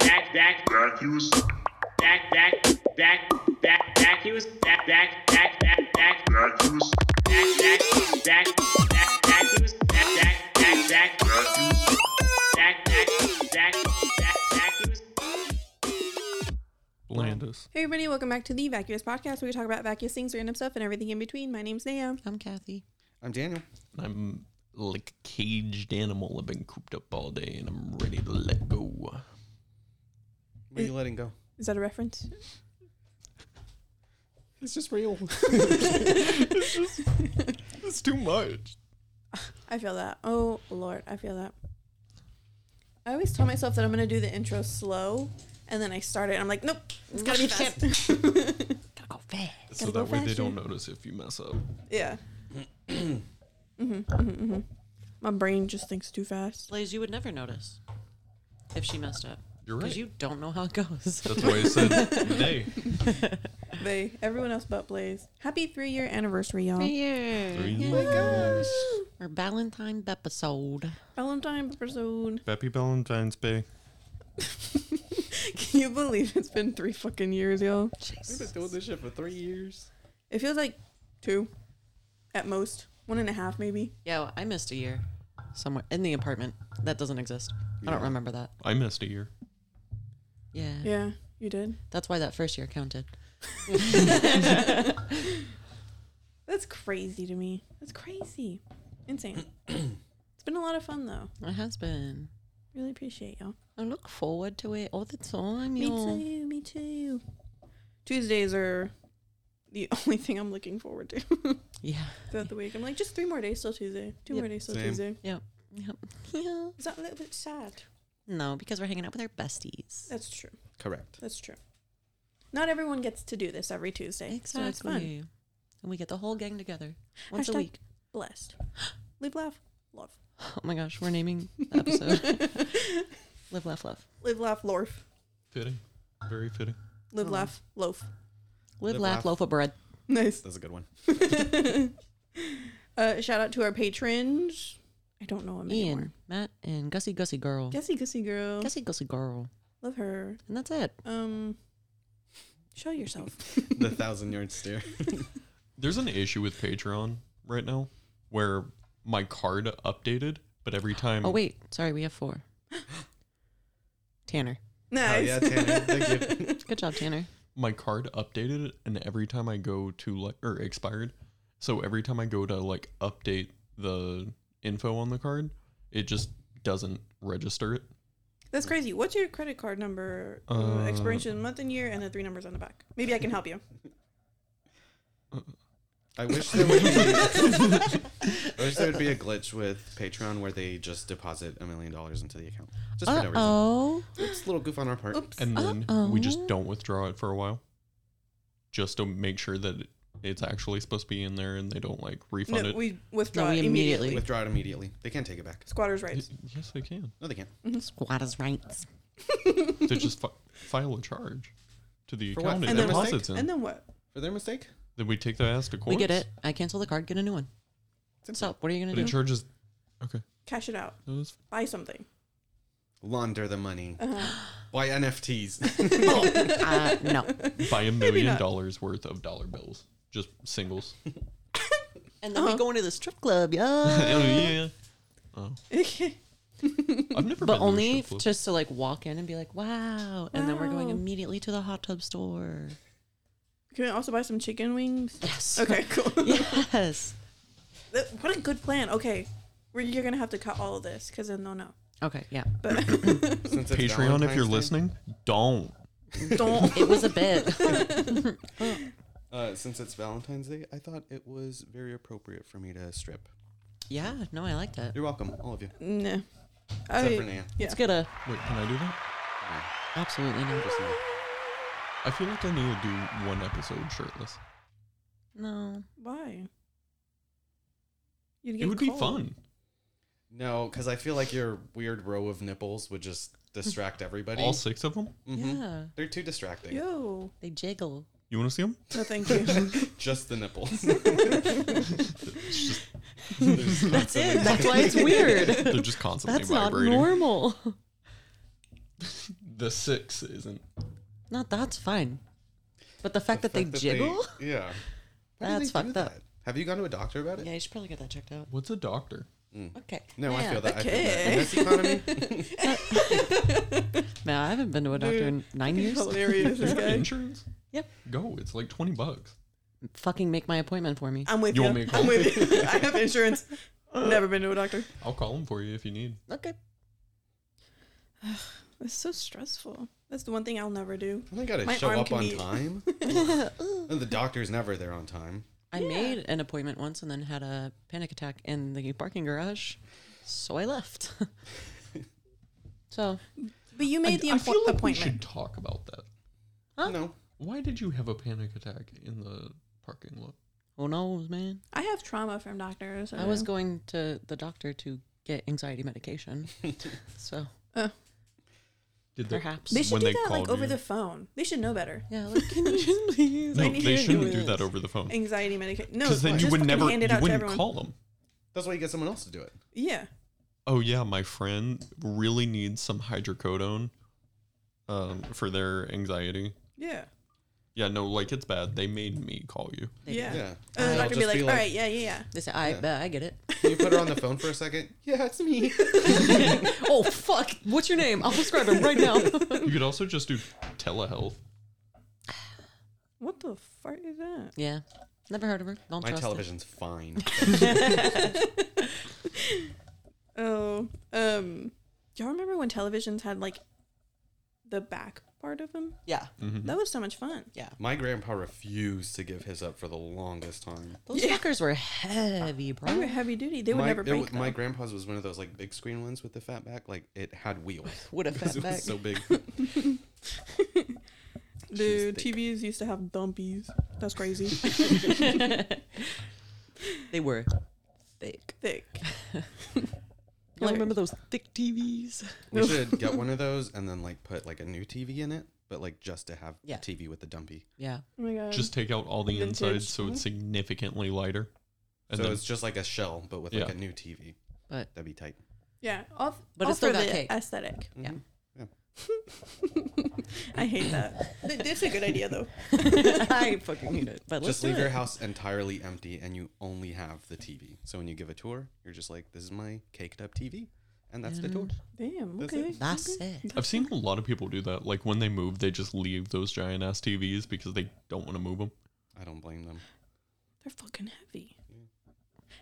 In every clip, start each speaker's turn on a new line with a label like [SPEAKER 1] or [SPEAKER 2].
[SPEAKER 1] Vacuous.
[SPEAKER 2] Back, back, back, back, back, he was back, back, back, back, back,
[SPEAKER 1] Vacuous.
[SPEAKER 2] back, back, back, back, back, he was back, back, back, back,
[SPEAKER 1] Vacuous.
[SPEAKER 2] back, back, back, back, back, he was.
[SPEAKER 3] Landis.
[SPEAKER 4] Hey everybody, welcome back to the Vacuous Podcast where we talk about vacuous things, random stuff, and everything in between. My name's Naya.
[SPEAKER 5] I'm Kathy.
[SPEAKER 6] I'm Daniel.
[SPEAKER 3] I'm like a caged animal. I've been cooped up all day and I'm ready to let go.
[SPEAKER 6] Where are you letting go?
[SPEAKER 4] Is that a reference?
[SPEAKER 6] It's just real.
[SPEAKER 3] It's too much.
[SPEAKER 4] I feel that. Oh Lord, I feel that. I always tell myself that I'm gonna do the intro slow and then I start it and I'm like, nope, it's gotta be fast.
[SPEAKER 5] Gotta go fast.
[SPEAKER 3] So
[SPEAKER 4] Gotta go
[SPEAKER 3] that way they
[SPEAKER 4] faster.
[SPEAKER 3] don't notice if you mess up.
[SPEAKER 4] yeah. Mhm, mhm, mhm. My brain just thinks too fast.
[SPEAKER 5] Blaze, you would never notice if she messed up.
[SPEAKER 3] You're
[SPEAKER 5] Because
[SPEAKER 3] right.
[SPEAKER 5] you don't know how it goes.
[SPEAKER 3] That's why I said nay.
[SPEAKER 4] They everyone else but Blaze. Happy three year anniversary, y'all.
[SPEAKER 5] Yeah.
[SPEAKER 4] gosh.
[SPEAKER 5] Our Valentine episode.
[SPEAKER 4] Valentine episode.
[SPEAKER 3] Happy Valentine's Day.
[SPEAKER 4] Can you believe it's been three fucking years, y'all?
[SPEAKER 6] We've been doing this shit for three years.
[SPEAKER 4] It feels like two, at most one and a half, maybe.
[SPEAKER 5] Yo, I missed a year somewhere in the apartment. That doesn't exist. I don't remember that.
[SPEAKER 3] I missed a year.
[SPEAKER 5] Yeah.
[SPEAKER 4] Yeah, you did.
[SPEAKER 5] That's why that first year counted.
[SPEAKER 4] That's crazy to me. That's crazy, insane. it's been a lot of fun though.
[SPEAKER 5] It has been.
[SPEAKER 4] Really appreciate y'all.
[SPEAKER 5] I look forward to it all the time.
[SPEAKER 4] Me
[SPEAKER 5] yo.
[SPEAKER 4] too. Me too. Tuesdays are the only thing I'm looking forward to
[SPEAKER 5] Yeah.
[SPEAKER 4] throughout the week. I'm like, just three more days till Tuesday. Two
[SPEAKER 5] Yep.
[SPEAKER 4] more days till
[SPEAKER 6] Same.
[SPEAKER 4] Tuesday.
[SPEAKER 5] Yep. Yep. Yeah.
[SPEAKER 4] Is that a little bit sad?
[SPEAKER 5] No, because we're hanging out with our besties.
[SPEAKER 4] That's true.
[SPEAKER 6] Correct.
[SPEAKER 4] That's true. Not everyone gets to do this every Tuesday,
[SPEAKER 5] Exactly.
[SPEAKER 4] so it's fun.
[SPEAKER 5] And we get the whole gang together once
[SPEAKER 4] Hashtag
[SPEAKER 5] a week.
[SPEAKER 4] Blessed. Live, laugh, love.
[SPEAKER 5] Oh my gosh, we're naming the episode Live, Laugh, Love.
[SPEAKER 4] Live, laugh, lorf.
[SPEAKER 3] Fitting. Very fitting.
[SPEAKER 4] Live,
[SPEAKER 5] Oh.
[SPEAKER 4] laugh, loaf.
[SPEAKER 5] Live,
[SPEAKER 6] Live,
[SPEAKER 5] Laugh,
[SPEAKER 6] laugh.
[SPEAKER 5] Loaf of Bread.
[SPEAKER 4] Nice.
[SPEAKER 6] That's a good one.
[SPEAKER 4] uh, shout out to our patrons. I don't know him anymore.
[SPEAKER 5] Ian, Matt, and Gussie Gussie Girl.
[SPEAKER 4] Gussie Gussie Girl.
[SPEAKER 5] Gussie Gussie Girl.
[SPEAKER 4] Love her.
[SPEAKER 5] And that's it.
[SPEAKER 4] Um, show yourself.
[SPEAKER 6] the thousand yard stare.
[SPEAKER 3] There's an issue with Patreon right now where my card updated, but every time
[SPEAKER 5] Oh, wait. Sorry, we have four. Tanner.
[SPEAKER 4] nice.
[SPEAKER 6] Oh yeah, Tanner. Thank you.
[SPEAKER 5] Good job, Tanner.
[SPEAKER 3] my card updated and every time I go to like or expired. So every time I go to like update the info on the card, it just doesn't register it.
[SPEAKER 4] That's crazy. What's your credit card number, uh,
[SPEAKER 6] Um,
[SPEAKER 3] Uh,
[SPEAKER 4] expiration, month and year, and the three numbers on the back? Maybe I can help you.
[SPEAKER 6] I wish there would be. I wish there would be a glitch with Patreon where they just deposit a million dollars into the account. Just
[SPEAKER 5] Uh
[SPEAKER 6] for no reason.
[SPEAKER 5] oh.
[SPEAKER 6] It's a little goof on our part.
[SPEAKER 4] Oops.
[SPEAKER 3] And then we just
[SPEAKER 5] Uh-oh.
[SPEAKER 3] don't withdraw it for a while. Just to make sure that it's actually supposed to be in there and they don't like refund
[SPEAKER 4] No,
[SPEAKER 3] it.
[SPEAKER 4] we withdraw
[SPEAKER 5] we
[SPEAKER 4] it immediately.
[SPEAKER 5] immediately-
[SPEAKER 6] Withdraw it immediately. They can't take it back.
[SPEAKER 4] Squatters' rights.
[SPEAKER 3] yes, they can.
[SPEAKER 6] No, they can't.
[SPEAKER 4] Mm-hmm.
[SPEAKER 5] Squatters' rights.
[SPEAKER 3] They just fi- file a charge to the
[SPEAKER 6] For what?
[SPEAKER 3] account
[SPEAKER 6] For
[SPEAKER 3] and
[SPEAKER 4] their
[SPEAKER 3] deposits in.
[SPEAKER 4] And then what?
[SPEAKER 6] For their mistake.
[SPEAKER 3] then we take the ass to court.
[SPEAKER 5] We get it. Mm-hmm. I cancel the card, get a new one. So, what are you going
[SPEAKER 3] But
[SPEAKER 5] to
[SPEAKER 3] it
[SPEAKER 5] do?
[SPEAKER 3] charges. Okay.
[SPEAKER 4] Cash it out.
[SPEAKER 3] No, that's-
[SPEAKER 4] Buy something.
[SPEAKER 6] Launder the money.
[SPEAKER 4] Uh-huh.
[SPEAKER 6] Buy NFTs.
[SPEAKER 5] Uh, no.
[SPEAKER 3] buy a million
[SPEAKER 4] not.
[SPEAKER 3] dollars worth of dollar bills, just singles.
[SPEAKER 5] And
[SPEAKER 4] Uh-huh.
[SPEAKER 5] then we go into the strip club, yeah.
[SPEAKER 3] oh yeah. Oh. I've never. been
[SPEAKER 5] But
[SPEAKER 3] to a
[SPEAKER 5] only
[SPEAKER 3] strip club.
[SPEAKER 5] just to like walk in and be like, wow. And then we're going
[SPEAKER 4] Wow.
[SPEAKER 5] immediately to the hot tub store.
[SPEAKER 4] Can we also buy some chicken wings?
[SPEAKER 5] Yes.
[SPEAKER 4] Okay, cool.
[SPEAKER 5] yes.
[SPEAKER 4] That- What a good plan. Okay, we're, you're gonna have to cut all of this because then they'll know.
[SPEAKER 5] Okay, yeah.
[SPEAKER 4] But
[SPEAKER 6] Since it's
[SPEAKER 3] Patreon, if
[SPEAKER 6] Valentine's
[SPEAKER 3] you're
[SPEAKER 6] Day.
[SPEAKER 3] listening, don't.
[SPEAKER 4] don't.
[SPEAKER 5] It was a bit.
[SPEAKER 6] Uh, since it's Valentine's Day, I thought it was very appropriate for me to strip.
[SPEAKER 5] yeah, no, I liked it.
[SPEAKER 6] You're welcome, all of you.
[SPEAKER 4] Nah.
[SPEAKER 6] Except
[SPEAKER 4] I-
[SPEAKER 6] for Naya.
[SPEAKER 4] Yeah.
[SPEAKER 5] It's uh, gonna
[SPEAKER 3] Wait, can I do that?
[SPEAKER 5] absolutely not.
[SPEAKER 6] Just Naya.
[SPEAKER 3] I feel like I need to do one episode shirtless.
[SPEAKER 5] No.
[SPEAKER 4] Why? You'd
[SPEAKER 3] it would
[SPEAKER 4] cold.
[SPEAKER 3] be fun.
[SPEAKER 6] No, because I feel like your weird row of nipples would just distract everybody.
[SPEAKER 3] All six of them.
[SPEAKER 6] Mhm.
[SPEAKER 5] Yeah.
[SPEAKER 6] They're too distracting.
[SPEAKER 4] Yo.
[SPEAKER 5] They jiggle.
[SPEAKER 3] You want to see them?
[SPEAKER 4] No, thank you.
[SPEAKER 6] Just the nipples.
[SPEAKER 5] That's it. That's why it's weird.
[SPEAKER 3] They're just constantly
[SPEAKER 5] That's not
[SPEAKER 3] vibrating.
[SPEAKER 5] normal.
[SPEAKER 3] The six isn't.
[SPEAKER 5] Not that's fine. But the fact that they jiggle?
[SPEAKER 6] yeah. Why
[SPEAKER 5] That's
[SPEAKER 6] do they do
[SPEAKER 5] fucked up.
[SPEAKER 6] that? Have you gone to a doctor about it?
[SPEAKER 5] Yeah, you should probably get that checked out.
[SPEAKER 3] What's a doctor?
[SPEAKER 5] Okay.
[SPEAKER 6] No, I
[SPEAKER 5] Yeah.
[SPEAKER 6] feel that.
[SPEAKER 4] okay.
[SPEAKER 6] I feel that. In this economy,
[SPEAKER 5] Man, I haven't been to a doctor in nine years.
[SPEAKER 4] Hilarious. this
[SPEAKER 3] Is there
[SPEAKER 4] guy.
[SPEAKER 3] insurance?
[SPEAKER 5] Yep.
[SPEAKER 3] Go. It's like twenty bucks.
[SPEAKER 5] Fucking make my appointment for me.
[SPEAKER 4] I'm with
[SPEAKER 3] You Uh.
[SPEAKER 4] you.
[SPEAKER 3] want me to call?
[SPEAKER 4] I'm with you. I have insurance. Never been to a doctor.
[SPEAKER 3] I'll call them for you if you need.
[SPEAKER 5] Okay.
[SPEAKER 4] It's so stressful. That's the one thing I'll never do.
[SPEAKER 6] I gotta
[SPEAKER 4] My
[SPEAKER 6] show
[SPEAKER 4] arm
[SPEAKER 6] up
[SPEAKER 4] can
[SPEAKER 6] on
[SPEAKER 4] be-
[SPEAKER 6] time. and the doctor's never there on time.
[SPEAKER 5] I made an appointment once and then had a panic attack in the parking garage, so I left. so,
[SPEAKER 4] But you made the
[SPEAKER 3] I
[SPEAKER 4] impo-
[SPEAKER 3] feel like we
[SPEAKER 4] appointment.
[SPEAKER 3] should talk about that.
[SPEAKER 5] Huh?
[SPEAKER 6] No.
[SPEAKER 3] Why did you have a panic attack in the parking lot?
[SPEAKER 5] who knows, man?
[SPEAKER 4] I have trauma from doctors.
[SPEAKER 5] I was going to the doctor to get anxiety medication. so,
[SPEAKER 3] Did they?
[SPEAKER 5] perhaps.
[SPEAKER 4] They should
[SPEAKER 3] when
[SPEAKER 4] do
[SPEAKER 3] they
[SPEAKER 4] that like
[SPEAKER 3] called
[SPEAKER 4] over
[SPEAKER 3] you.
[SPEAKER 4] the phone. They should know better.
[SPEAKER 5] Yeah, like, can you just please?
[SPEAKER 3] No,
[SPEAKER 5] I need
[SPEAKER 3] they
[SPEAKER 5] you to
[SPEAKER 3] shouldn't
[SPEAKER 5] do
[SPEAKER 3] do that
[SPEAKER 5] this.
[SPEAKER 3] over the phone.
[SPEAKER 4] Anxiety medication. No,
[SPEAKER 3] Because then you
[SPEAKER 4] just
[SPEAKER 3] would
[SPEAKER 4] fucking
[SPEAKER 3] never,
[SPEAKER 4] hand it
[SPEAKER 3] you
[SPEAKER 4] out to
[SPEAKER 3] wouldn't
[SPEAKER 4] everyone.
[SPEAKER 3] call them.
[SPEAKER 6] That's why you get someone else to do it.
[SPEAKER 4] Yeah.
[SPEAKER 3] Oh yeah, my friend really needs some hydrocodone, um, for their anxiety.
[SPEAKER 4] Yeah.
[SPEAKER 3] Yeah, no, like it's bad. They made me call you.
[SPEAKER 4] Yeah.
[SPEAKER 6] Yeah.
[SPEAKER 4] And the doctor
[SPEAKER 6] I'll
[SPEAKER 4] would be
[SPEAKER 6] just
[SPEAKER 4] like,
[SPEAKER 6] be
[SPEAKER 4] all
[SPEAKER 6] like-
[SPEAKER 4] right, yeah, yeah, yeah.
[SPEAKER 5] They say, I, bet I get it.
[SPEAKER 6] Can you put her on the phone for a second? Yeah, it's me.
[SPEAKER 5] oh, fuck. What's your name? I'll prescribe him right now.
[SPEAKER 3] You could also just do telehealth.
[SPEAKER 4] What the fuck is that?
[SPEAKER 5] yeah. Never heard of her. Don't
[SPEAKER 6] My
[SPEAKER 5] trust it.
[SPEAKER 6] television's fine.
[SPEAKER 4] Oh, um, y'all remember when televisions had like the back part of them?
[SPEAKER 6] Mm-hmm.
[SPEAKER 5] Yeah.
[SPEAKER 3] Mm-hmm.
[SPEAKER 4] That was so much fun.
[SPEAKER 6] My grandpa refused to give his up for the longest time.
[SPEAKER 5] Those fuckers were heavy, bro.
[SPEAKER 4] They were heavy duty. They would
[SPEAKER 6] my,
[SPEAKER 4] never
[SPEAKER 6] it wa-
[SPEAKER 4] break.
[SPEAKER 6] my
[SPEAKER 4] though.
[SPEAKER 6] grandpa's was one of those like big screen ones with the fat back. Like it had wheels.
[SPEAKER 5] Would have
[SPEAKER 6] Because
[SPEAKER 5] fat
[SPEAKER 6] it
[SPEAKER 5] back.
[SPEAKER 6] was so big.
[SPEAKER 4] the
[SPEAKER 6] thick.
[SPEAKER 4] TVs used to have dumpies. That's crazy.
[SPEAKER 5] they were thick.
[SPEAKER 4] Thick.
[SPEAKER 5] You remember those thick TVs?
[SPEAKER 6] We should get one of those and then like put like a new TV in it, but like just to have
[SPEAKER 5] Yeah.
[SPEAKER 6] the TV with the dumpy.
[SPEAKER 5] Yeah.
[SPEAKER 4] Oh my god.
[SPEAKER 3] Just take out all the insides,
[SPEAKER 4] Vintage. Mm-hmm.
[SPEAKER 3] so it's significantly lighter. And
[SPEAKER 6] so
[SPEAKER 3] then
[SPEAKER 6] it's just like a shell, but with like
[SPEAKER 3] Yeah.
[SPEAKER 6] a new TV.
[SPEAKER 5] But
[SPEAKER 6] That'd be tight.
[SPEAKER 4] yeah. Off,
[SPEAKER 5] But
[SPEAKER 4] all
[SPEAKER 5] it's still
[SPEAKER 4] for
[SPEAKER 5] got
[SPEAKER 4] the
[SPEAKER 5] cake.
[SPEAKER 4] aesthetic.
[SPEAKER 5] Yeah.
[SPEAKER 6] Mhm.
[SPEAKER 4] I hate that. Th- That's a good idea though.
[SPEAKER 5] I fucking hate it. But let's
[SPEAKER 6] Just
[SPEAKER 5] do
[SPEAKER 6] leave
[SPEAKER 5] it.
[SPEAKER 6] your house entirely empty and you only have the TV. So when you give a tour, you're just like, this is my caked up TV. And that's the tour.
[SPEAKER 4] Damn.
[SPEAKER 6] That's
[SPEAKER 4] Okay.
[SPEAKER 6] it.
[SPEAKER 5] That's it.
[SPEAKER 3] I've seen a lot of people do that. Like when they move, they just leave those giant ass TVs because they don't want to move them.
[SPEAKER 6] I don't blame them.
[SPEAKER 4] They're fucking heavy.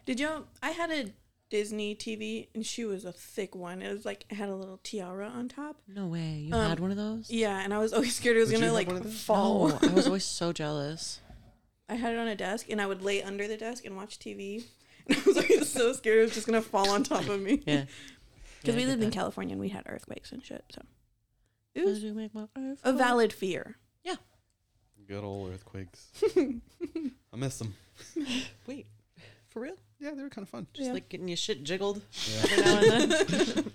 [SPEAKER 4] Did y'all? I had a Disney TV and she was a thick one. It was like it had a little tiara on top.
[SPEAKER 5] No way. You
[SPEAKER 4] Um,
[SPEAKER 5] had one of those?
[SPEAKER 4] Yeah, and I was always scared it was
[SPEAKER 6] Did you
[SPEAKER 4] gonna
[SPEAKER 6] have
[SPEAKER 4] like
[SPEAKER 6] one of those?
[SPEAKER 4] fall.
[SPEAKER 5] No, I was always so jealous.
[SPEAKER 4] I had it on a desk, and I would lay under the desk and watch TV. And I was always so scared it was just gonna fall on top of me.
[SPEAKER 5] Yeah.
[SPEAKER 4] because we
[SPEAKER 5] I
[SPEAKER 4] lived in
[SPEAKER 5] get
[SPEAKER 4] California and we had earthquakes and shit. So it
[SPEAKER 5] that.
[SPEAKER 4] was
[SPEAKER 5] You make my eyes
[SPEAKER 4] a
[SPEAKER 5] fall.
[SPEAKER 4] valid fear.
[SPEAKER 6] Good old earthquakes. I miss them.
[SPEAKER 5] Wait. For real?
[SPEAKER 6] Yeah, they were kind of fun.
[SPEAKER 5] Just
[SPEAKER 4] Yeah.
[SPEAKER 5] like getting your shit jiggled
[SPEAKER 6] Yeah.
[SPEAKER 5] every now and then.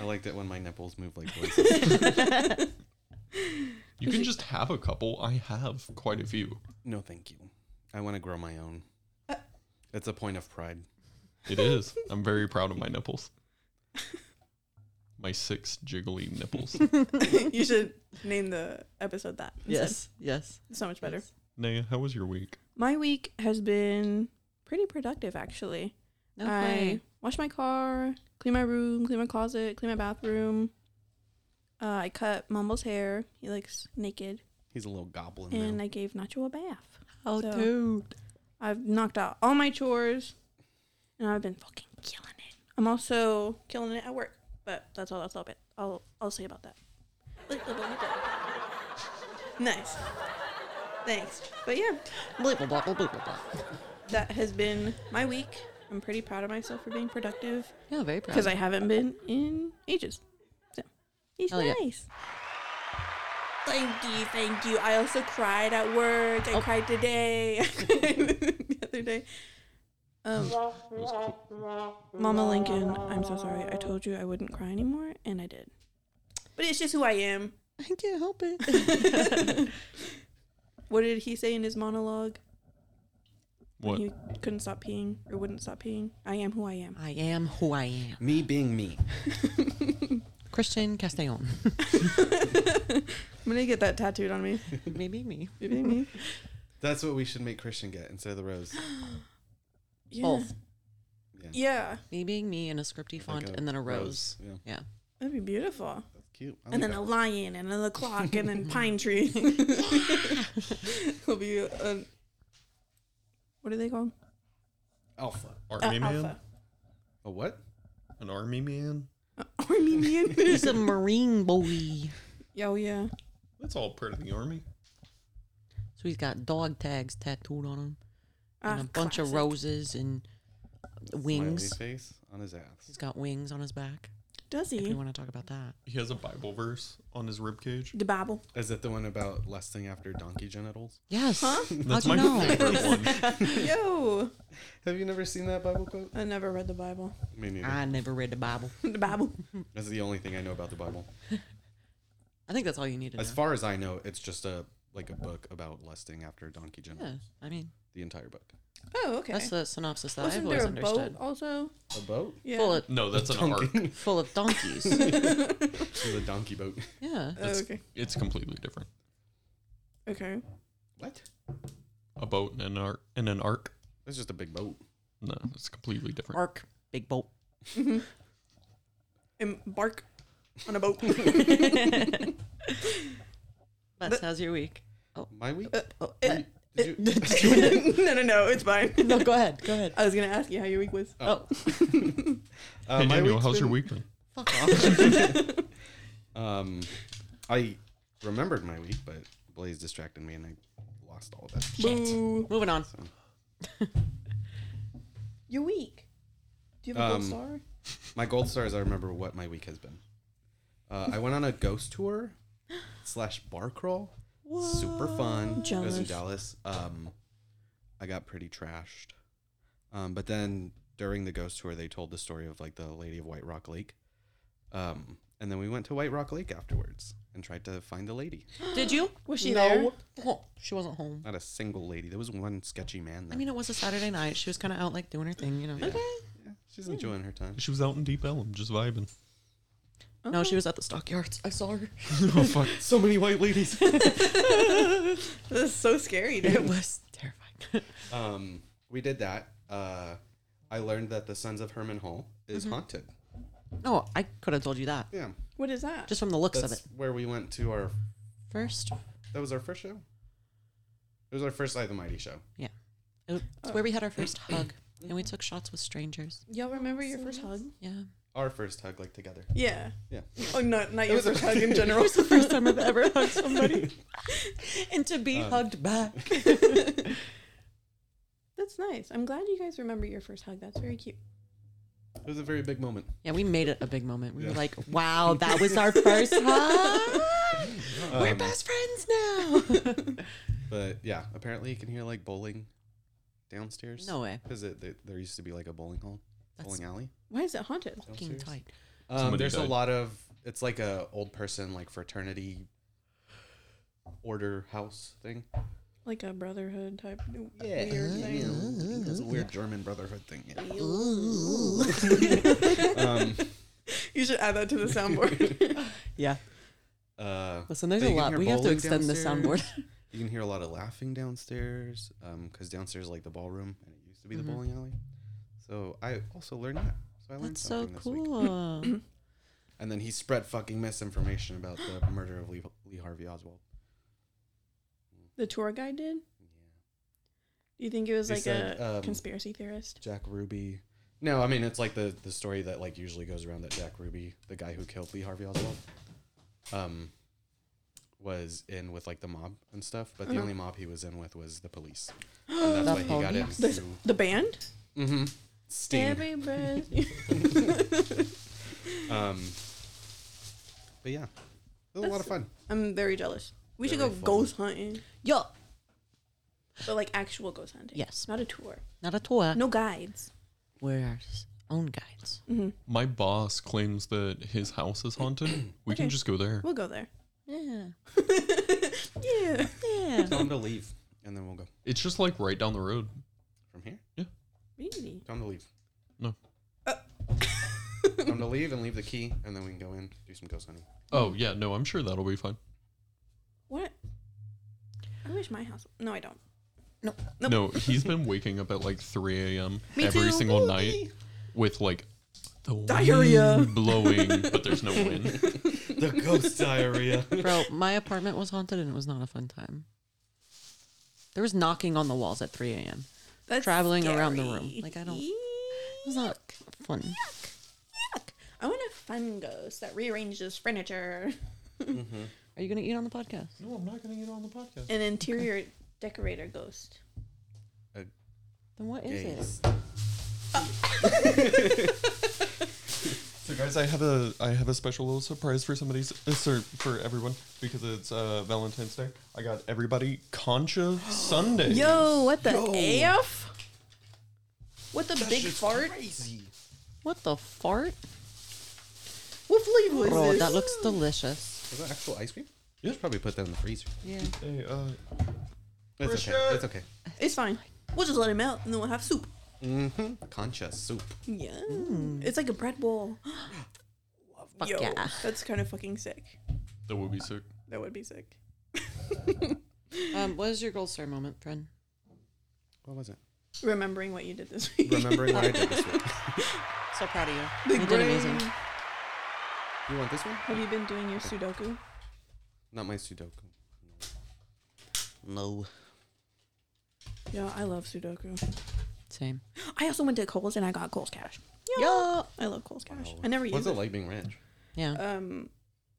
[SPEAKER 6] I liked it when my nipples moved like voices.
[SPEAKER 3] You can just have a couple. I have quite a few.
[SPEAKER 6] no, thank you. I want to grow my own. It's a point of pride.
[SPEAKER 3] It is. I'm very proud of my nipples. My six jiggly nipples.
[SPEAKER 4] you should name the episode that. instead.
[SPEAKER 5] yes. Yes.
[SPEAKER 4] It's so much better.
[SPEAKER 3] Naya, how was your week?
[SPEAKER 4] My week has been pretty productive actually.
[SPEAKER 5] No
[SPEAKER 4] I
[SPEAKER 5] way.
[SPEAKER 4] washed my car, cleaned my room, cleaned my closet, cleaned my bathroom. Uh, I cut Mumbo's hair. He looks naked,
[SPEAKER 6] He's a little goblin.
[SPEAKER 4] and
[SPEAKER 6] now.
[SPEAKER 4] I gave Nacho a bath.
[SPEAKER 5] Oh,
[SPEAKER 4] So-
[SPEAKER 5] dude.
[SPEAKER 4] I've knocked out all my chores, and I've been fucking killing it. I'm also killing it at work, but that's all. That's all. Bit. I'll I'll say about that. Look, look, look, look, look. nice. Thanks. But yeah,
[SPEAKER 5] Blah, blah, blah, blah, blah, blah.
[SPEAKER 4] that has been my week. I'm pretty proud of myself for being productive
[SPEAKER 5] Yeah, very proud.
[SPEAKER 4] because I haven't been in ages. So it's
[SPEAKER 5] Hell yeah.
[SPEAKER 4] nice. Thank you, thank you. I also cried at work. I
[SPEAKER 5] Oh.
[SPEAKER 4] cried today. I cried the other day. Um, Mama Lincoln, I'm so sorry. I told you I wouldn't cry anymore, and I did. But it's just who I am.
[SPEAKER 5] I can't help it.
[SPEAKER 4] What did he say in his monologue?
[SPEAKER 3] What?
[SPEAKER 4] You couldn't stop peeing or wouldn't stop peeing. I am who I am.
[SPEAKER 5] I am who I am.
[SPEAKER 6] Me being me.
[SPEAKER 5] Christian Castellon.
[SPEAKER 4] I'm gonna get that tattooed on me.
[SPEAKER 5] Maybe me.
[SPEAKER 4] You know what I mean?
[SPEAKER 6] That's what we should make Christian get instead of the rose.
[SPEAKER 4] Yeah.
[SPEAKER 5] Both.
[SPEAKER 6] Yeah.
[SPEAKER 4] Yeah,
[SPEAKER 5] Me being me in a scripty font
[SPEAKER 6] Like
[SPEAKER 5] and then a rose.
[SPEAKER 6] Yeah,
[SPEAKER 5] Yeah.
[SPEAKER 4] that'd be beautiful.
[SPEAKER 6] that's cute. I
[SPEAKER 4] and
[SPEAKER 6] like
[SPEAKER 4] then a
[SPEAKER 6] that.
[SPEAKER 4] lion, and then a clock, and then pine tree. It'll be a, what are they called?
[SPEAKER 6] alpha.
[SPEAKER 3] Army
[SPEAKER 4] Uh,
[SPEAKER 3] man?
[SPEAKER 4] alpha.
[SPEAKER 6] A what?
[SPEAKER 3] An army man?
[SPEAKER 4] Uh, Armenian.
[SPEAKER 5] He's a marine boy.
[SPEAKER 4] yeah, oh yeah.
[SPEAKER 3] That's all part of the army.
[SPEAKER 5] So he's got dog tags tattooed on him and
[SPEAKER 4] Ah,
[SPEAKER 5] a bunch of
[SPEAKER 4] classic.
[SPEAKER 5] roses and wings.
[SPEAKER 6] Smiley face on his ass.
[SPEAKER 5] He's got wings on his back.
[SPEAKER 4] Does
[SPEAKER 5] If we
[SPEAKER 4] he?
[SPEAKER 5] want to talk about that.
[SPEAKER 3] He has a Bible verse on his ribcage.
[SPEAKER 4] The Bible.
[SPEAKER 6] Is that the one about lusting after donkey genitals?
[SPEAKER 5] Yes.
[SPEAKER 4] Huh?
[SPEAKER 5] How'd
[SPEAKER 3] That's
[SPEAKER 5] you
[SPEAKER 3] my
[SPEAKER 5] know?
[SPEAKER 3] favorite one.
[SPEAKER 4] Yo,
[SPEAKER 6] Have you never seen that Bible quote?
[SPEAKER 4] I never read the Bible.
[SPEAKER 6] Me neither.
[SPEAKER 5] I never read the Bible.
[SPEAKER 4] The Bible.
[SPEAKER 6] That's the only thing I know about the Bible.
[SPEAKER 5] I think that's all you need to know.
[SPEAKER 6] As far as I know, it's just a like a book about lusting after donkey
[SPEAKER 5] yeah.
[SPEAKER 6] genitals.
[SPEAKER 5] I mean,
[SPEAKER 6] The entire book.
[SPEAKER 4] Oh, okay.
[SPEAKER 5] that's the synopsis that I've
[SPEAKER 4] Wasn't
[SPEAKER 5] always
[SPEAKER 4] there a
[SPEAKER 5] understood.
[SPEAKER 4] boat also?
[SPEAKER 6] A boat?
[SPEAKER 4] Yeah.
[SPEAKER 5] Full of
[SPEAKER 3] No, that's an arc.
[SPEAKER 6] Donkey.
[SPEAKER 5] full of donkeys.
[SPEAKER 6] the donkey boat.
[SPEAKER 5] yeah.
[SPEAKER 4] Oh, okay.
[SPEAKER 3] It's completely different.
[SPEAKER 4] Okay.
[SPEAKER 6] What?
[SPEAKER 3] A boat and an arc. And an arc.
[SPEAKER 6] That's just a big boat.
[SPEAKER 3] No, it's completely different.
[SPEAKER 5] Ark, big boat.
[SPEAKER 4] Embark on a boat. Uh, oh,
[SPEAKER 5] That's how's your week?
[SPEAKER 6] My week?
[SPEAKER 3] Uh,
[SPEAKER 4] oh,
[SPEAKER 6] Wait, did
[SPEAKER 4] uh,
[SPEAKER 6] you-
[SPEAKER 4] no, no, no. It's fine.
[SPEAKER 5] No, go ahead. Go ahead.
[SPEAKER 4] I was gonna ask you how your week was.
[SPEAKER 5] Oh,
[SPEAKER 6] uh,
[SPEAKER 3] hey,
[SPEAKER 6] my
[SPEAKER 3] Daniel,
[SPEAKER 6] week's
[SPEAKER 3] how's your
[SPEAKER 6] been-
[SPEAKER 3] week been?
[SPEAKER 6] Um, I remembered my week, but Blaze distracted me and I lost all of that.
[SPEAKER 4] Boo.
[SPEAKER 5] moving on.
[SPEAKER 4] Your week. Do you have a gold
[SPEAKER 6] Um,
[SPEAKER 4] star?
[SPEAKER 6] My gold star is I remember what my week has been. Uh, I went on a ghost tour slash bar crawl. Super fun. It was in
[SPEAKER 4] Jealous.
[SPEAKER 6] Dallas. Um, I got pretty trashed. Um, but then during the ghost tour, they told the story of like the lady of White Rock Lake. Um, and then we went to White Rock Lake afterwards and tried to find the lady.
[SPEAKER 5] Did you?
[SPEAKER 4] Was she there?
[SPEAKER 5] Oh, she wasn't home.
[SPEAKER 6] Not a single lady. There was one sketchy man. There.
[SPEAKER 5] I mean, it was a Saturday night. She was kind of out like doing her thing, you know.
[SPEAKER 6] yeah, she's enjoying her time.
[SPEAKER 3] She was out in Deep Ellum, just vibing.
[SPEAKER 5] No, she was at the stockyards. I saw her.
[SPEAKER 3] oh, fuck.
[SPEAKER 6] So many white ladies.
[SPEAKER 4] This is so scary,
[SPEAKER 5] It
[SPEAKER 4] dude.
[SPEAKER 5] was terrifying.
[SPEAKER 6] um, we did that. Uh, I learned that the Sons of Herman Hall is
[SPEAKER 5] Mm-hmm.
[SPEAKER 6] haunted.
[SPEAKER 5] no, I could have told you that
[SPEAKER 6] Yeah,
[SPEAKER 4] what is that?
[SPEAKER 5] just from the looks
[SPEAKER 6] that's
[SPEAKER 5] of it.
[SPEAKER 6] where we went to our.
[SPEAKER 5] First,
[SPEAKER 6] That was our first show. It was our first Eye of the Mighty show.
[SPEAKER 5] yeah, it's where we had our first hug, and we took shots with strangers.
[SPEAKER 4] Y'all remember your first hug?
[SPEAKER 5] Yeah,
[SPEAKER 6] Our first hug, like together.
[SPEAKER 4] Yeah.
[SPEAKER 6] Yeah.
[SPEAKER 4] Oh, not not your
[SPEAKER 6] was a-
[SPEAKER 4] first hug in general.
[SPEAKER 5] the first time I've ever hugged somebody, Uh. and to be hugged back.
[SPEAKER 4] That's nice. I'm glad you guys remember your first hug. That's very cute.
[SPEAKER 6] It was a very big moment.
[SPEAKER 5] Yeah, we made it a big moment. We were
[SPEAKER 6] Yeah.
[SPEAKER 5] like, wow, that was our first hug. We're
[SPEAKER 6] Um,
[SPEAKER 5] best friends now.
[SPEAKER 6] But yeah, apparently you can hear like bowling downstairs.
[SPEAKER 5] no way.
[SPEAKER 6] Because it, there- there used to be like a bowling hall,
[SPEAKER 5] That's
[SPEAKER 6] bowling alley.
[SPEAKER 4] Why is it haunted?
[SPEAKER 5] fucking
[SPEAKER 6] downstairs.
[SPEAKER 5] tight.
[SPEAKER 6] Um,
[SPEAKER 3] Somebody
[SPEAKER 6] there's a
[SPEAKER 3] died.
[SPEAKER 6] lot of it's like a old person like fraternity order house thing.
[SPEAKER 4] Like a brotherhood type weird
[SPEAKER 6] Yeah,
[SPEAKER 4] thing.
[SPEAKER 6] It's a weird German Brotherhood thing. Yeah. um,
[SPEAKER 4] You should add that to the soundboard.
[SPEAKER 5] Yeah.
[SPEAKER 6] uh,
[SPEAKER 5] Listen, there's
[SPEAKER 6] but
[SPEAKER 5] a
[SPEAKER 6] you can
[SPEAKER 5] lot.
[SPEAKER 6] hear
[SPEAKER 5] We have to
[SPEAKER 6] bowling
[SPEAKER 5] extend the
[SPEAKER 6] downstairs.
[SPEAKER 5] soundboard.
[SPEAKER 6] You can hear a lot of laughing downstairs because downstairs is like the ballroom and it used to be the bowling alley. So I also learned that. So I learned
[SPEAKER 5] That's so
[SPEAKER 6] something this week.
[SPEAKER 5] cool.
[SPEAKER 6] And then he spread fucking misinformation about the murder of Lee, Lee Harvey Oswald.
[SPEAKER 4] the tour guide did.
[SPEAKER 6] Yeah.
[SPEAKER 4] Do you think it was
[SPEAKER 6] They
[SPEAKER 4] like
[SPEAKER 6] said,
[SPEAKER 4] a
[SPEAKER 6] um,
[SPEAKER 4] conspiracy theorist?
[SPEAKER 6] Jack Ruby. No, I mean it's like the the story that like usually goes around that Jack Ruby, the guy who killed Lee Harvey Oswald, um, was in with like the mob and stuff. But the only mob he was in with was the police.
[SPEAKER 4] Uh,
[SPEAKER 6] And that's
[SPEAKER 5] The
[SPEAKER 6] why he got in.
[SPEAKER 5] police.
[SPEAKER 6] Through,
[SPEAKER 4] The band?
[SPEAKER 6] mm-hmm. Sting.
[SPEAKER 4] Every breath.
[SPEAKER 6] Um, but yeah, it was a lot of fun.
[SPEAKER 4] I'm very jealous. We should go
[SPEAKER 6] Very fun.
[SPEAKER 4] ghost hunting,
[SPEAKER 5] Yo,
[SPEAKER 4] but like actual ghost hunting.
[SPEAKER 5] Yes.
[SPEAKER 4] Not a tour.
[SPEAKER 5] not a tour.
[SPEAKER 4] No guides.
[SPEAKER 5] We're our s- own guides.
[SPEAKER 3] My boss claims that his house is haunted. We can
[SPEAKER 4] Okay.
[SPEAKER 3] just go there.
[SPEAKER 4] We'll go there.
[SPEAKER 5] Yeah.
[SPEAKER 4] yeah.
[SPEAKER 5] Yeah.
[SPEAKER 6] Tell him to leave, and then we'll go
[SPEAKER 3] It's just like right down the road.
[SPEAKER 4] Sweetie.
[SPEAKER 6] Time to leave.
[SPEAKER 3] No.
[SPEAKER 4] Hmm.
[SPEAKER 6] Time to leave and leave the key, and then we can go in, do some ghost hunting.
[SPEAKER 3] Oh yeah, no, I'm sure that'll be fine.
[SPEAKER 4] What? I wish my house. No, I don't. Nope.
[SPEAKER 3] No, he's been waking up at like 3 a.m.
[SPEAKER 4] Me
[SPEAKER 3] every
[SPEAKER 4] too.
[SPEAKER 3] single night with like the
[SPEAKER 4] Diarrhea.
[SPEAKER 3] wind blowing, but there's no wind.
[SPEAKER 6] The ghost diarrhea.
[SPEAKER 5] Bro, my apartment was haunted and it was not a fun time. There was knocking on the walls at 3 a.m.
[SPEAKER 4] That's
[SPEAKER 5] Traveling around the room.
[SPEAKER 4] scary.
[SPEAKER 5] Like, I don't- It was not fun.
[SPEAKER 4] Yuck. I want a fun ghost that rearranges furniture
[SPEAKER 5] Are you going to eat on the podcast?
[SPEAKER 3] No, I'm not gonna get on the podcast.
[SPEAKER 4] an interior decorator ghost.
[SPEAKER 5] Then what is
[SPEAKER 6] Gaze.
[SPEAKER 5] it?
[SPEAKER 3] So guys, I have a I have a special little surprise for somebody's uh, sir, for everyone because it's uh, Valentine's Day. I got everybody Concha Sunday.
[SPEAKER 4] Yo, what the AF? What the big fart?
[SPEAKER 5] What the fart?
[SPEAKER 4] What flavor is
[SPEAKER 5] Bro,
[SPEAKER 4] this?
[SPEAKER 5] that looks delicious.
[SPEAKER 6] Was that actual ice cream?
[SPEAKER 3] Yeah.
[SPEAKER 6] You should probably put that in the freezer.
[SPEAKER 5] Yeah.
[SPEAKER 3] Hey, uh,
[SPEAKER 6] It's okay.
[SPEAKER 3] Freezer.
[SPEAKER 6] It's okay.
[SPEAKER 4] It's fine. We'll just let it melt and then we'll have soup.
[SPEAKER 6] Mm-hmm. Concha soup.
[SPEAKER 4] Yeah. It's like a bread bowl.
[SPEAKER 5] Fuck
[SPEAKER 4] Yo,
[SPEAKER 5] yeah.
[SPEAKER 4] That's kind of fucking sick.
[SPEAKER 3] that would be sick.
[SPEAKER 4] That would be sick.
[SPEAKER 5] Um, what is your gold star moment, friend?
[SPEAKER 6] What was it?
[SPEAKER 4] Remembering what you did this week.
[SPEAKER 6] Remembering what I did this week.
[SPEAKER 5] So proud of you.
[SPEAKER 4] The
[SPEAKER 5] you did amazing.
[SPEAKER 4] grain.
[SPEAKER 6] You want this one?
[SPEAKER 4] Have you been doing your Sudoku?
[SPEAKER 6] Not my Sudoku. No.
[SPEAKER 4] Yeah, I love Sudoku.
[SPEAKER 5] Same.
[SPEAKER 4] I also went to Kohl's and I got Kohl's Cash. Yeah.
[SPEAKER 5] Yeah.
[SPEAKER 4] I love Kohl's Cash.
[SPEAKER 6] Wow.
[SPEAKER 4] I never
[SPEAKER 6] What's
[SPEAKER 4] use
[SPEAKER 6] it
[SPEAKER 4] it.
[SPEAKER 6] like being ranch?
[SPEAKER 5] Yeah.
[SPEAKER 4] Um,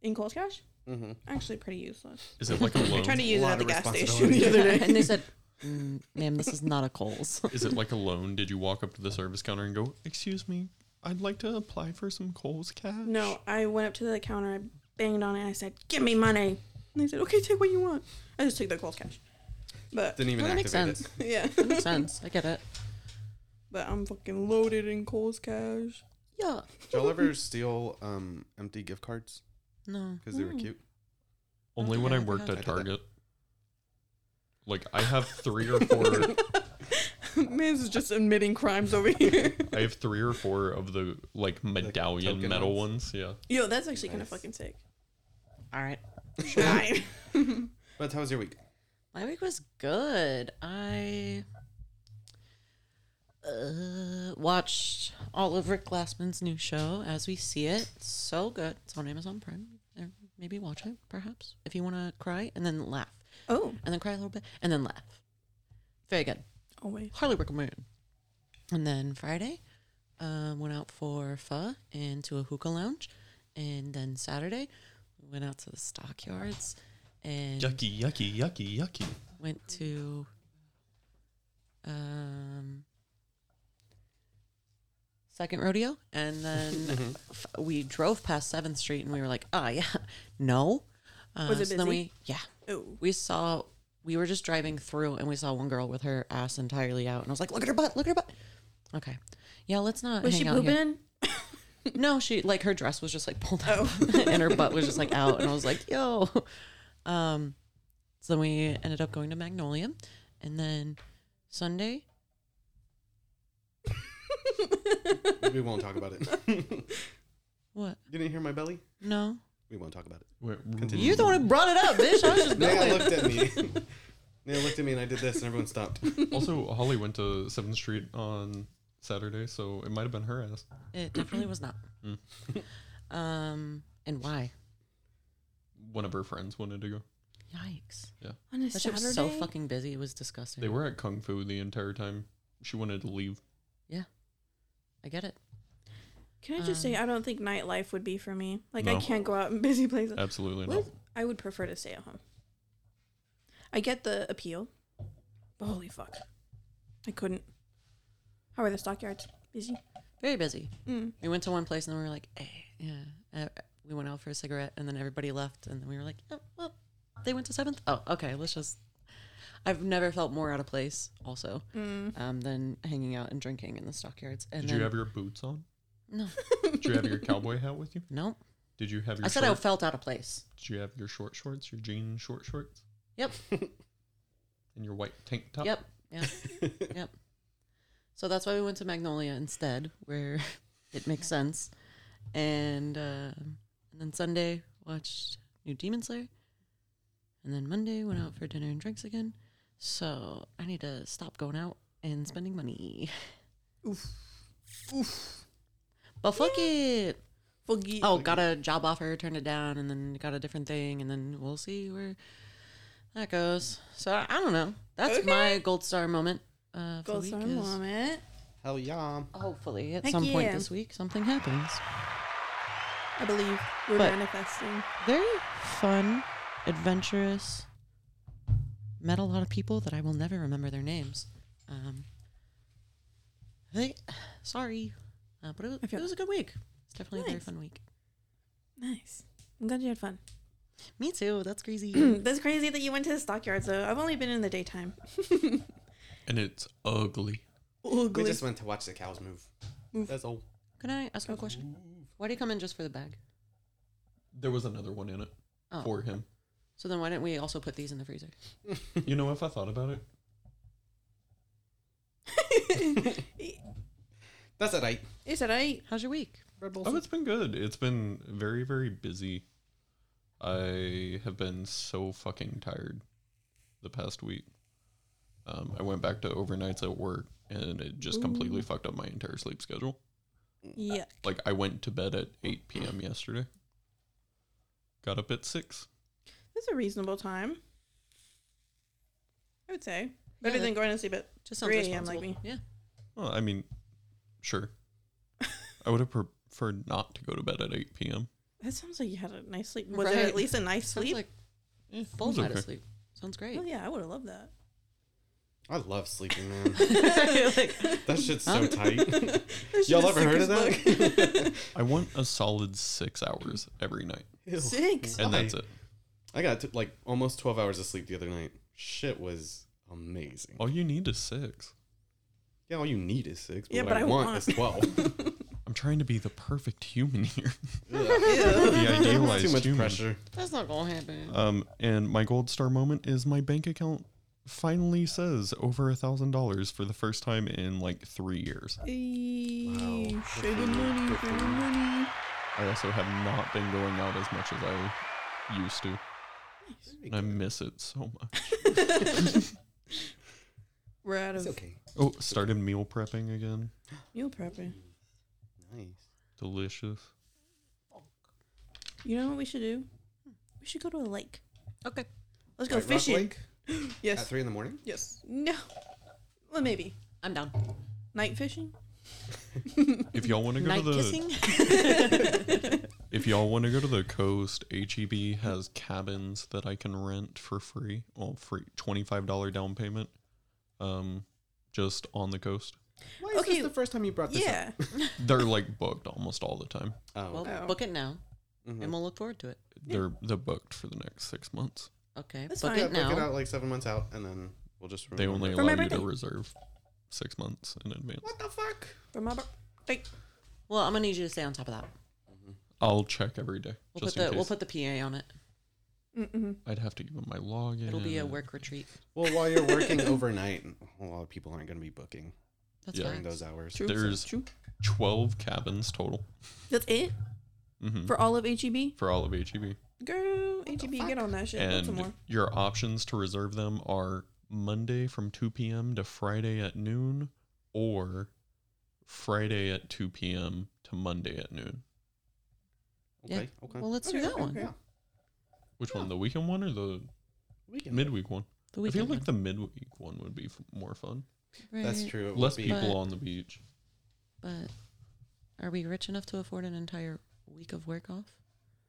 [SPEAKER 4] in Kohl's Cash,
[SPEAKER 6] Mm-hmm.
[SPEAKER 4] actually pretty useless.
[SPEAKER 3] Is it like a
[SPEAKER 4] I tried
[SPEAKER 3] loan?
[SPEAKER 4] to use it
[SPEAKER 6] Lot
[SPEAKER 4] at the
[SPEAKER 6] of
[SPEAKER 4] gas station
[SPEAKER 6] responsibility.
[SPEAKER 4] the other day.
[SPEAKER 5] and they said, mm, ma'am, this is not a Coles.
[SPEAKER 3] Is it like a loan? Did you walk up to the service counter and go, "Excuse me, I'd like to apply for some Coles cash"?
[SPEAKER 4] No, I went up to the counter, I banged on it, and I said, "Give me money." And they said, "Okay, take what you want." I just took the Kohl's Cash, but
[SPEAKER 6] Didn't even
[SPEAKER 5] Well, that
[SPEAKER 6] activate
[SPEAKER 5] makes
[SPEAKER 6] it.
[SPEAKER 5] sense.
[SPEAKER 4] yeah,
[SPEAKER 5] Makes sense. I get it.
[SPEAKER 4] but I'm fucking loaded in Kohl's Cash.
[SPEAKER 5] Yeah.
[SPEAKER 6] Did y'all ever steal um, empty gift cards
[SPEAKER 5] No.
[SPEAKER 6] because they were cute?
[SPEAKER 3] Only when I worked
[SPEAKER 6] I
[SPEAKER 3] at
[SPEAKER 6] did that.
[SPEAKER 3] Target. Like I have three or four.
[SPEAKER 4] Man's is just admitting crimes over here.
[SPEAKER 3] I have three or four of the like medallion
[SPEAKER 6] token
[SPEAKER 3] metal ones. Yeah.
[SPEAKER 4] Yo, that's actually kind of
[SPEAKER 6] Nice.
[SPEAKER 4] fucking sick.
[SPEAKER 5] All right.
[SPEAKER 4] Alright.
[SPEAKER 6] But how was your week?
[SPEAKER 5] My week was good. I uh, watched all of Rick Glassman's new show as we see it. So good. It's on Amazon Prime. Or Maybe watch it, perhaps, if you want to cry and then laugh,
[SPEAKER 4] oh,
[SPEAKER 5] and then cry a little bit, and then laugh. Very good.
[SPEAKER 4] oh wait.
[SPEAKER 5] Harley recommend. And then Friday, um, went out for pho and to a hookah lounge, and then Saturday, we went out to the stockyards and
[SPEAKER 3] Yucky, yucky, yucky, yucky.
[SPEAKER 5] went to um second rodeo and then f- we drove past 7th street and we were like ah yeah no uh,
[SPEAKER 4] Was it
[SPEAKER 5] so then
[SPEAKER 4] busy?
[SPEAKER 5] we yeah
[SPEAKER 4] Oh,
[SPEAKER 5] we saw we were just driving through and we saw one girl with her ass entirely out and I was like look at her butt look at her butt okay yeah let's not
[SPEAKER 4] was
[SPEAKER 5] hang
[SPEAKER 4] she
[SPEAKER 5] out here.
[SPEAKER 4] pooping? Oh.
[SPEAKER 5] No, she like her dress was just like pulled out and her butt was just like out and I was like, yo. Um so then we ended up going to Magnolia and then Sunday.
[SPEAKER 6] We won't talk about it.
[SPEAKER 5] What?
[SPEAKER 6] You didn't hear my belly?
[SPEAKER 5] No.
[SPEAKER 6] We won't talk about it.
[SPEAKER 3] Wait,
[SPEAKER 6] Continue.
[SPEAKER 5] You're the one who brought it up, bitch. I was just
[SPEAKER 6] Naya
[SPEAKER 5] going.
[SPEAKER 6] looked at me. Naya looked at me and I did this and everyone stopped.
[SPEAKER 3] also, Holly went to Seventh Street on Saturday, so it might have been her ass.
[SPEAKER 5] It definitely was not.
[SPEAKER 3] Mm.
[SPEAKER 5] um and why?
[SPEAKER 3] One of her friends wanted to go.
[SPEAKER 5] Yikes.
[SPEAKER 4] On a
[SPEAKER 5] That shit
[SPEAKER 4] Saturday.
[SPEAKER 5] was so fucking busy. It was disgusting.
[SPEAKER 3] They were at Kung Fu the entire time. She wanted to leave.
[SPEAKER 5] I get it.
[SPEAKER 4] Can I just
[SPEAKER 5] um,
[SPEAKER 4] say, I don't think nightlife would be for me. Like, I
[SPEAKER 3] No.
[SPEAKER 4] can't go out in busy places.
[SPEAKER 3] Absolutely not.
[SPEAKER 4] What? I would prefer to stay at home. I get the appeal, but holy fuck, I couldn't. How are the stockyards? Busy.
[SPEAKER 5] Very busy.
[SPEAKER 4] Mm.
[SPEAKER 5] We went to one place and then we were like, eh, yeah. Uh, we went out for a cigarette and then everybody left and then we were like, oh, well, they went to seventh. Oh, okay. Let's just. I've never felt more out of place. Also,
[SPEAKER 4] Mm-hmm.
[SPEAKER 5] um, than hanging out and drinking in the stockyards. And
[SPEAKER 3] Did
[SPEAKER 5] then,
[SPEAKER 3] you have your boots on?
[SPEAKER 5] no,
[SPEAKER 3] Did you have your cowboy hat with you?
[SPEAKER 5] no.
[SPEAKER 3] Did you have your
[SPEAKER 5] I said I
[SPEAKER 3] short,
[SPEAKER 5] felt out of place.
[SPEAKER 3] Did you have your short shorts, your jean short shorts?
[SPEAKER 5] Yep.
[SPEAKER 3] Oh. And your white tank top?
[SPEAKER 5] Yep. Yep. yep. So that's why we went to Magnolia instead, where it makes sense. And uh, and then Sunday watched New Demon Slayer, and then Monday went out for dinner and drinks again. So I need to stop going out and spending money.
[SPEAKER 4] Oof.
[SPEAKER 5] But fuck it.
[SPEAKER 4] Forget.
[SPEAKER 5] Oh, got a job offer, turned it down, and then got a different thing, and then we'll see where that goes. So I I don't know. That's my gold star moment. Uh, for
[SPEAKER 4] Gold
[SPEAKER 5] the
[SPEAKER 4] star
[SPEAKER 5] week is-
[SPEAKER 4] moment.
[SPEAKER 6] Hell yeah.
[SPEAKER 5] Hopefully, at
[SPEAKER 4] Heck
[SPEAKER 5] some point
[SPEAKER 4] yeah.
[SPEAKER 5] this week, something happens.
[SPEAKER 4] I believe we're
[SPEAKER 5] But-
[SPEAKER 4] manifesting.
[SPEAKER 5] Very fun, adventurous. Met a lot of people that I will never remember their names. Um, hey, sorry, uh, but it was,
[SPEAKER 4] I feel-
[SPEAKER 5] it was a good week. It's definitely a very
[SPEAKER 4] Nice.
[SPEAKER 5] fun week.
[SPEAKER 4] Nice. I'm glad you had fun.
[SPEAKER 5] Me too. That's crazy.
[SPEAKER 4] That's crazy that you went to the stockyards though. I've only been in the daytime.
[SPEAKER 3] and it's ugly.
[SPEAKER 6] We
[SPEAKER 4] Ugly.
[SPEAKER 6] just went to watch the cows move. That's all.
[SPEAKER 5] Can I ask you a question? Why do you come in just for the bag?
[SPEAKER 3] There was another one in it
[SPEAKER 5] Oh.
[SPEAKER 3] for him.
[SPEAKER 5] So then why didn't we also put these in the freezer?
[SPEAKER 3] You know, if I thought about it,
[SPEAKER 6] That's all right.
[SPEAKER 4] Is that right?
[SPEAKER 5] How's your week?
[SPEAKER 6] Red Bull.
[SPEAKER 3] oh, it's been good. It's been very, very busy. I have been so fucking tired the past week. Um, I went back to overnights at work, and it just completely fucked up my entire sleep schedule.
[SPEAKER 4] Yeah.
[SPEAKER 3] Like I went to bed at 8 p.m. yesterday. Got up at six.
[SPEAKER 4] That's a reasonable time. I would say. Better
[SPEAKER 5] that-
[SPEAKER 4] than going to sleep at
[SPEAKER 5] Just sounds
[SPEAKER 4] 3 a.m.
[SPEAKER 5] responsible.
[SPEAKER 4] like me.
[SPEAKER 5] Yeah.
[SPEAKER 3] Well, I mean, sure. I would have preferred not to go to bed at 8 p.m.
[SPEAKER 4] That sounds like you had a nice sleep. Was it
[SPEAKER 5] Right.
[SPEAKER 4] at least a nice
[SPEAKER 5] Sounds
[SPEAKER 4] sleep?
[SPEAKER 5] like full
[SPEAKER 3] It's
[SPEAKER 5] night
[SPEAKER 3] okay.
[SPEAKER 5] of sleep. Sounds great.
[SPEAKER 4] oh yeah, I would have loved that.
[SPEAKER 6] I love sleeping, man. that shit's so tight.
[SPEAKER 4] That's
[SPEAKER 6] Y'all
[SPEAKER 4] just
[SPEAKER 6] ever heard of
[SPEAKER 4] sickest
[SPEAKER 6] that?
[SPEAKER 3] I want a solid six hours every night,
[SPEAKER 6] Ew.
[SPEAKER 4] Six.
[SPEAKER 3] and
[SPEAKER 6] Why?
[SPEAKER 3] that's it.
[SPEAKER 6] I got t- like almost 12 hours of sleep the other night. Shit was amazing.
[SPEAKER 3] All Oh, you need is six.
[SPEAKER 6] Yeah, all you need is six. But
[SPEAKER 4] Yeah,
[SPEAKER 6] what
[SPEAKER 4] but
[SPEAKER 6] I,
[SPEAKER 4] I
[SPEAKER 6] want,
[SPEAKER 4] want-
[SPEAKER 6] is 12.
[SPEAKER 3] I'm trying to be the perfect human here,
[SPEAKER 4] Ew.
[SPEAKER 3] the idealized
[SPEAKER 6] Too much
[SPEAKER 3] human.
[SPEAKER 6] pressure.
[SPEAKER 5] That's not gonna happen.
[SPEAKER 3] Um, and my gold star moment is my bank account finally says over a thousand dollars for the first time in like three years.
[SPEAKER 4] Eee, Sugar
[SPEAKER 6] Good for you.
[SPEAKER 4] money,
[SPEAKER 6] Good for
[SPEAKER 4] sugar
[SPEAKER 6] you.
[SPEAKER 4] money.
[SPEAKER 3] I also have not been going out as much as I used to. And I miss it so much.
[SPEAKER 4] We're out
[SPEAKER 6] It's
[SPEAKER 4] of
[SPEAKER 6] okay.
[SPEAKER 3] Oh, started meal prepping again.
[SPEAKER 4] meal prepping.
[SPEAKER 6] Nice.
[SPEAKER 3] Delicious.
[SPEAKER 4] You know what we should do? We should go to a lake.
[SPEAKER 3] Uh,
[SPEAKER 5] Okay.
[SPEAKER 4] Let's go
[SPEAKER 6] Right, Rock
[SPEAKER 4] fishing.
[SPEAKER 6] Lake at
[SPEAKER 4] Yes.
[SPEAKER 6] 3 in the morning?
[SPEAKER 4] Yes. No. Well, maybe
[SPEAKER 5] I'm down.
[SPEAKER 4] night fishing.
[SPEAKER 3] If y'all want to go
[SPEAKER 5] Night
[SPEAKER 3] to the
[SPEAKER 5] kissing.
[SPEAKER 3] if y'all want to go to the coast, HEB has cabins that I can rent for free. Well, free twenty five dollar down payment. Um, just on the coast.
[SPEAKER 6] Why is
[SPEAKER 4] Okay.
[SPEAKER 6] this the first time you brought this
[SPEAKER 4] Yeah.
[SPEAKER 3] They're like booked almost all the time.
[SPEAKER 6] up? Oh,
[SPEAKER 5] Well,
[SPEAKER 4] Oh.
[SPEAKER 5] book it now,
[SPEAKER 6] mhm.
[SPEAKER 5] and we'll look forward to it.
[SPEAKER 3] They're they're booked for the next six months.
[SPEAKER 5] Okay.
[SPEAKER 4] That's
[SPEAKER 5] book
[SPEAKER 4] fine.
[SPEAKER 6] Yeah,
[SPEAKER 5] it
[SPEAKER 6] book it
[SPEAKER 5] now.
[SPEAKER 6] out like seven months out, and then we'll just
[SPEAKER 3] They
[SPEAKER 6] remember
[SPEAKER 3] only
[SPEAKER 6] it.
[SPEAKER 4] For
[SPEAKER 3] allow
[SPEAKER 4] my
[SPEAKER 3] you to
[SPEAKER 4] birthday.
[SPEAKER 3] reserve six months in advance.
[SPEAKER 6] What the fuck?
[SPEAKER 4] For my birthday.
[SPEAKER 5] Well, I'm gonna need you to stay on top of that.
[SPEAKER 4] Mm-hmm.
[SPEAKER 3] I'll check every day.
[SPEAKER 5] We'll
[SPEAKER 3] just
[SPEAKER 5] put the
[SPEAKER 3] in case.
[SPEAKER 5] we'll put the PA on it.
[SPEAKER 4] Mm-mm.
[SPEAKER 3] I'd have to give them my login.
[SPEAKER 5] It'll be a work retreat.
[SPEAKER 6] Well, while you're working overnight, a lot of people aren't going to be booking
[SPEAKER 5] That's
[SPEAKER 3] Yeah.
[SPEAKER 6] during
[SPEAKER 5] fine.
[SPEAKER 6] those hours.
[SPEAKER 4] True.
[SPEAKER 3] There's
[SPEAKER 4] True.
[SPEAKER 3] twelve cabins total
[SPEAKER 4] That's it
[SPEAKER 3] hmm
[SPEAKER 4] for all of HEB.
[SPEAKER 3] for all of E HEB.
[SPEAKER 4] Girl, HEB, get on that shit. Want some more?
[SPEAKER 3] and your options to reserve them are Monday from 2 p.m. to Friday at noon or Friday at 2 p.m. to Monday at noon.
[SPEAKER 5] Yeah.
[SPEAKER 6] Okay. Okay.
[SPEAKER 5] Well, let's do
[SPEAKER 4] Okay,
[SPEAKER 5] that one.
[SPEAKER 6] yeah.
[SPEAKER 3] Which one, the weekend one or the
[SPEAKER 6] We can.
[SPEAKER 3] midweek one?
[SPEAKER 5] The
[SPEAKER 3] I feel
[SPEAKER 5] weekend
[SPEAKER 3] like
[SPEAKER 5] one.
[SPEAKER 3] the midweek one would be f- more fun.
[SPEAKER 6] That's
[SPEAKER 5] Right,
[SPEAKER 6] true. It would
[SPEAKER 3] Less
[SPEAKER 6] be-
[SPEAKER 3] people
[SPEAKER 5] But-
[SPEAKER 3] on the beach.
[SPEAKER 5] But are we rich enough to afford an entire week of work off?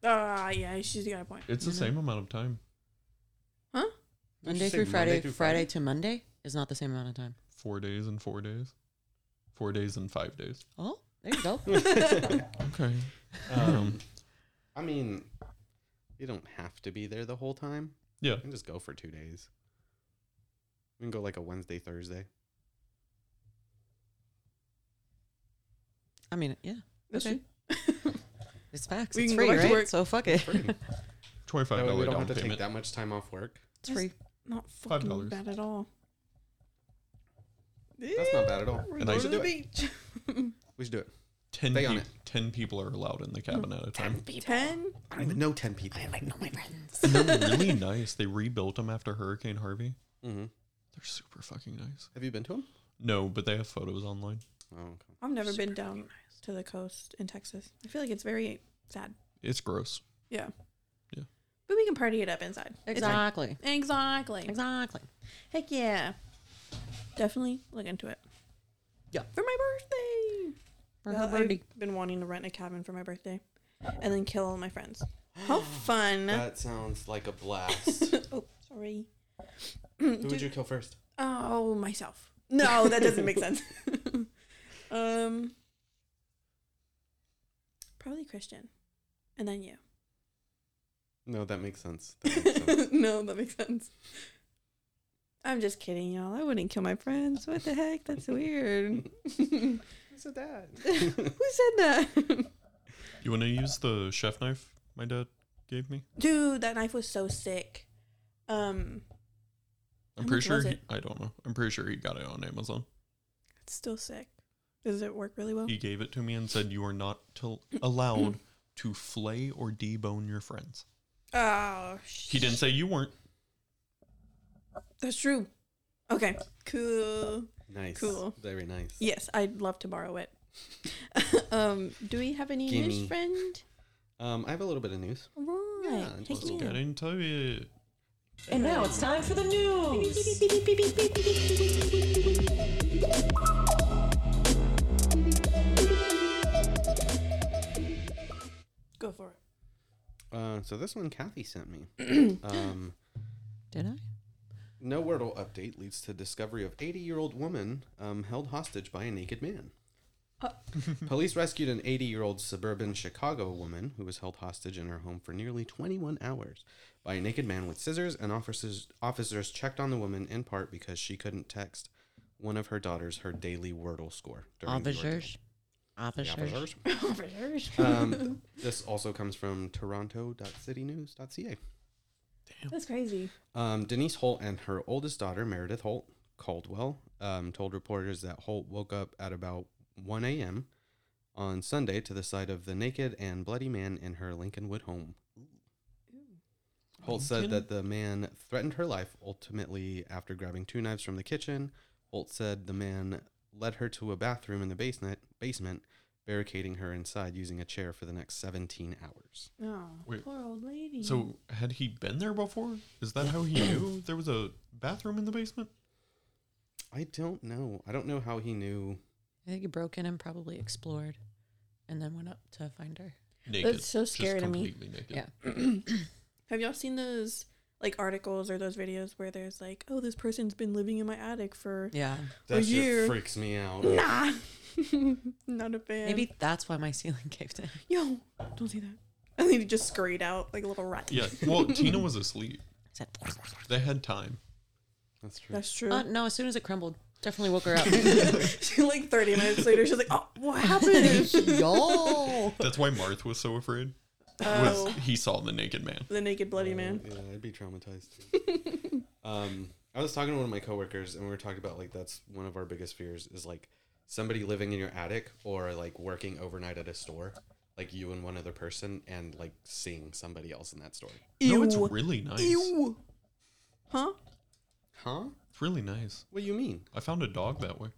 [SPEAKER 4] Ah, yeah, she's got a point.
[SPEAKER 3] It's the
[SPEAKER 5] Mhm.
[SPEAKER 3] same amount of time,
[SPEAKER 4] Huh?
[SPEAKER 6] Did you
[SPEAKER 5] Monday
[SPEAKER 6] say
[SPEAKER 5] through
[SPEAKER 6] Monday
[SPEAKER 5] Friday,
[SPEAKER 6] through
[SPEAKER 5] Friday,
[SPEAKER 6] Friday?
[SPEAKER 5] to Monday is not the same amount of time.
[SPEAKER 3] four days and four days, four days and five days.
[SPEAKER 5] Oh, there you go.
[SPEAKER 3] Okay.
[SPEAKER 6] Um, I mean, you don't have to be there the whole time.
[SPEAKER 3] Yeah.
[SPEAKER 6] You can just go for two days. We can go like a Wednesday, Thursday.
[SPEAKER 5] I mean, yeah,
[SPEAKER 4] That's
[SPEAKER 5] Okay.
[SPEAKER 4] true.
[SPEAKER 5] it's facts.
[SPEAKER 4] We
[SPEAKER 5] it's
[SPEAKER 4] can go
[SPEAKER 5] free,
[SPEAKER 4] back to
[SPEAKER 5] right?
[SPEAKER 4] work.
[SPEAKER 5] So fuck it.
[SPEAKER 6] Free.
[SPEAKER 3] Twenty-five
[SPEAKER 6] That way
[SPEAKER 3] dollar
[SPEAKER 6] we don't
[SPEAKER 3] down
[SPEAKER 6] have to take
[SPEAKER 3] payment.
[SPEAKER 6] that much time off work.
[SPEAKER 5] It's free.
[SPEAKER 4] Not
[SPEAKER 3] Five
[SPEAKER 4] fucking
[SPEAKER 3] dollars.
[SPEAKER 4] bad at all.
[SPEAKER 6] That's not bad at all.
[SPEAKER 3] And I
[SPEAKER 6] We should do it.
[SPEAKER 4] beach.
[SPEAKER 6] We should do it.
[SPEAKER 3] Ten,
[SPEAKER 6] Stay on
[SPEAKER 3] peop
[SPEAKER 6] it.
[SPEAKER 3] ten people are allowed in the cabin at a time.
[SPEAKER 4] Ten.
[SPEAKER 6] I don't even know ten people.
[SPEAKER 5] like know my friends.
[SPEAKER 3] And they're really nice. They rebuilt them after Hurricane Harvey.
[SPEAKER 6] Mm-hmm.
[SPEAKER 3] They're super fucking nice.
[SPEAKER 6] Have you been to them?
[SPEAKER 3] No, but they have photos online.
[SPEAKER 6] Oh, okay.
[SPEAKER 4] I've never been down to the coast in Texas. I feel like it's very sad.
[SPEAKER 3] It's gross.
[SPEAKER 4] Yeah.
[SPEAKER 3] Yeah.
[SPEAKER 4] But we can party it up inside. It's fine.
[SPEAKER 5] Exactly.
[SPEAKER 4] Exactly.
[SPEAKER 5] Exactly.
[SPEAKER 4] Heck yeah. Definitely look into it.
[SPEAKER 5] Yeah.
[SPEAKER 4] For my birthday.
[SPEAKER 5] For
[SPEAKER 4] Well,
[SPEAKER 5] her birdie.
[SPEAKER 4] I've been wanting to rent a cabin for my birthday and then kill all my friends. How fun.
[SPEAKER 6] That sounds like a blast.
[SPEAKER 4] oh, sorry.
[SPEAKER 6] Who would you kill first?
[SPEAKER 4] Oh, myself. No, that doesn't make sense. um, probably Christian, and then you.
[SPEAKER 6] No, that makes sense. That makes sense.
[SPEAKER 4] no, that makes sense. I'm just kidding, y'all. I wouldn't kill my friends. What the heck? That's weird. Who
[SPEAKER 6] so that.
[SPEAKER 4] said that?
[SPEAKER 3] You want to use the chef knife my dad gave me?
[SPEAKER 4] Dude, that knife was so sick. Um,
[SPEAKER 3] I'm
[SPEAKER 4] How
[SPEAKER 3] pretty
[SPEAKER 4] much
[SPEAKER 3] sure.
[SPEAKER 4] was
[SPEAKER 3] He,
[SPEAKER 4] it?
[SPEAKER 3] I don't know. I'm pretty sure he got it on Amazon.
[SPEAKER 4] it's still sick. Does it work really well?
[SPEAKER 3] He gave it to me and said, "You are not to- allowed to flay or debone your friends."
[SPEAKER 4] Oh, sh-
[SPEAKER 3] He didn't say you weren't.
[SPEAKER 4] that's true. Okay, cool.
[SPEAKER 6] Nice.
[SPEAKER 4] Cool.
[SPEAKER 6] Very nice.
[SPEAKER 4] Yes, I'd love to borrow it. um, do we have any
[SPEAKER 6] Gimme.
[SPEAKER 4] news, friend?
[SPEAKER 6] Um, I have a little bit of news.
[SPEAKER 4] Right.
[SPEAKER 6] Yeah,
[SPEAKER 4] heck
[SPEAKER 6] just-
[SPEAKER 4] yeah.
[SPEAKER 3] Get into it.
[SPEAKER 5] And now it's time for the news.
[SPEAKER 4] Go for it.
[SPEAKER 6] Uh, so this one Kathy sent me. um,
[SPEAKER 5] Did I?
[SPEAKER 6] no Wordle update leads to discovery of 80 year old woman um, held hostage by a naked man.
[SPEAKER 4] Uh.
[SPEAKER 6] Police rescued an 80 year old suburban Chicago woman who was held hostage in her home for nearly 21 hours by a naked man with scissors, and officers, officers checked on the woman in part because she couldn't text one of her daughters her daily Wordle score. during the ordeal.
[SPEAKER 5] Officers. Officers.
[SPEAKER 6] Officers.
[SPEAKER 4] Oh,
[SPEAKER 6] um, this also comes from toronto.citynews.ca.
[SPEAKER 4] That's crazy.
[SPEAKER 6] Um, Denise Holt and her oldest daughter, Meredith Holt Caldwell, um, told reporters that Holt woke up at about 1 a.m. on Sunday to the sight of the naked and bloody man in her Lincolnwood home. Holt said that the man threatened her life ultimately after grabbing two knives from the kitchen. Holt said the man led her to a bathroom in the basement, basement barricading her inside using a chair for the next 17 hours.
[SPEAKER 4] Oh,
[SPEAKER 3] Wait.
[SPEAKER 4] poor old lady.
[SPEAKER 3] So had he been there before? Is that how he knew there was a bathroom in the basement?
[SPEAKER 6] I don't know. I don't know how he knew
[SPEAKER 5] I think he broke in and probably explored and then went up to find her.
[SPEAKER 3] Naked.
[SPEAKER 4] so scary
[SPEAKER 3] Just
[SPEAKER 4] to me.
[SPEAKER 3] Completely naked.
[SPEAKER 5] Yeah.
[SPEAKER 4] have y'all seen those like articles or those videos where there's like, oh, this person's been living in my attic for
[SPEAKER 5] Yeah.
[SPEAKER 4] a year?
[SPEAKER 6] freaks me out.
[SPEAKER 4] nah, not a fan.
[SPEAKER 5] Maybe that's why my ceiling caved in.
[SPEAKER 4] yo, don't say that. And then he just scurried out like a little rat.
[SPEAKER 3] Yeah. Well, Tina was asleep.
[SPEAKER 5] Said-
[SPEAKER 3] They had time.
[SPEAKER 6] That's true.
[SPEAKER 4] That's true.
[SPEAKER 5] Uh, no, as soon as it crumbled, definitely woke her up.
[SPEAKER 4] She like 30 minutes later, she's like, oh, what happened?
[SPEAKER 5] Y'all.
[SPEAKER 3] That's why Marth was so afraid. Was
[SPEAKER 4] oh,
[SPEAKER 3] he saw the naked man?
[SPEAKER 4] the naked bloody man.
[SPEAKER 6] Uh, Yeah, I'd be traumatized. too. um, I was talking to one of my coworkers, and we were talking about like that's one of our biggest fears is like somebody living in your attic or like working overnight at a store, like you and one other person, and like seeing somebody else in that store.
[SPEAKER 3] No, it's really nice.
[SPEAKER 4] Ew. Huh?
[SPEAKER 6] Huh?
[SPEAKER 3] It's really nice.
[SPEAKER 6] What do you mean?
[SPEAKER 3] I found a dog that way.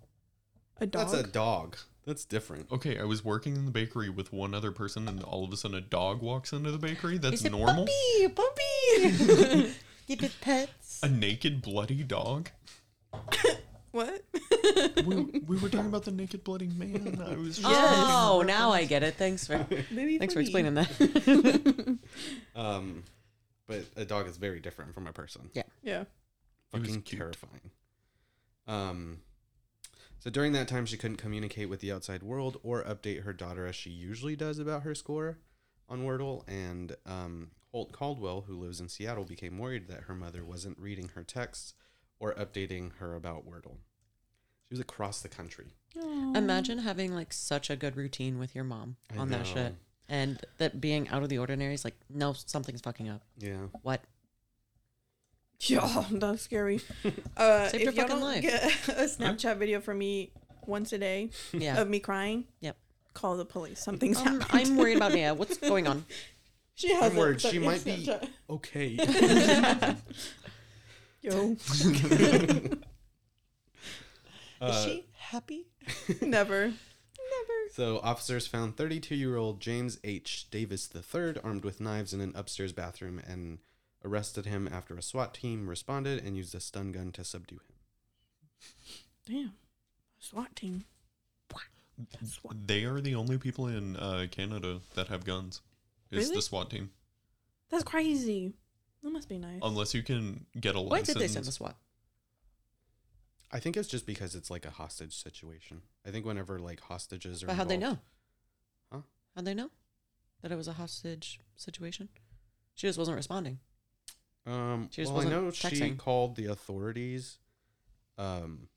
[SPEAKER 4] A dog?
[SPEAKER 6] That's a dog. That's different.
[SPEAKER 3] Okay, I was working in the bakery with one other person, and all of a sudden a dog walks into the bakery.
[SPEAKER 5] He
[SPEAKER 3] That's
[SPEAKER 5] said,
[SPEAKER 3] normal.
[SPEAKER 5] puppy, puppy. Give it pets.
[SPEAKER 3] A naked, bloody dog.
[SPEAKER 4] what?
[SPEAKER 3] We, we were talking about the naked, bloody man. I was.
[SPEAKER 5] Oh, now I get it. Thanks for
[SPEAKER 4] Maybe
[SPEAKER 5] thanks for
[SPEAKER 4] funny.
[SPEAKER 5] explaining that.
[SPEAKER 6] Um, but a dog is very different from a person.
[SPEAKER 4] Yeah.
[SPEAKER 3] It was
[SPEAKER 6] fucking
[SPEAKER 3] cute.
[SPEAKER 6] terrifying. Um, so during that time, she couldn't communicate with the outside world or update her daughter as she usually does about her score on Wordle. And um, Holt Caldwell, who lives in Seattle, became worried that her mother wasn't reading her texts or updating her about Wordle. She was across the country.
[SPEAKER 5] Imagine having like such a good routine with your mom
[SPEAKER 6] I
[SPEAKER 5] on that
[SPEAKER 6] know.
[SPEAKER 5] shit. And that being out of the ordinary is like, no, something's fucking up.
[SPEAKER 6] Yeah,
[SPEAKER 5] What?
[SPEAKER 4] Yeah, that's scary. Uh,
[SPEAKER 5] Saved
[SPEAKER 4] if
[SPEAKER 5] your
[SPEAKER 4] y'all don't
[SPEAKER 5] fucking life.
[SPEAKER 4] get a Snapchat video from me once a day
[SPEAKER 5] Yeah.
[SPEAKER 4] of me crying,
[SPEAKER 5] Yep.
[SPEAKER 4] call the police. Something's
[SPEAKER 5] Um,
[SPEAKER 4] happened.
[SPEAKER 5] I'm worried about Mia. What's going on?
[SPEAKER 4] She has
[SPEAKER 6] I'm worried
[SPEAKER 4] it, so
[SPEAKER 6] she
[SPEAKER 4] it's
[SPEAKER 6] might be
[SPEAKER 4] Snapchat.
[SPEAKER 6] okay.
[SPEAKER 4] Yo,
[SPEAKER 5] Is
[SPEAKER 6] Uh,
[SPEAKER 5] she happy?
[SPEAKER 4] never.
[SPEAKER 6] So, officers found 32 year old James H. Davis III armed with knives in an upstairs bathroom and arrested him after a SWAT team responded and used a stun gun to subdue him.
[SPEAKER 4] Damn. SWAT team.
[SPEAKER 3] They are the only people in uh, Canada that have guns. Is
[SPEAKER 4] Really?
[SPEAKER 3] the SWAT team?
[SPEAKER 4] That's crazy. That must be nice.
[SPEAKER 3] Unless you can get a
[SPEAKER 5] Why
[SPEAKER 3] license.
[SPEAKER 5] did they send the SWAT?
[SPEAKER 6] I think it's just because it's like a hostage situation. I think whenever like hostages are.
[SPEAKER 5] But how'd they know?
[SPEAKER 6] involved- Huh?
[SPEAKER 5] How'd they know that it was a hostage situation? She just wasn't responding.
[SPEAKER 6] Um,
[SPEAKER 5] She just
[SPEAKER 6] well, I
[SPEAKER 5] wasn't
[SPEAKER 6] know she
[SPEAKER 5] texting.
[SPEAKER 6] called the authorities um,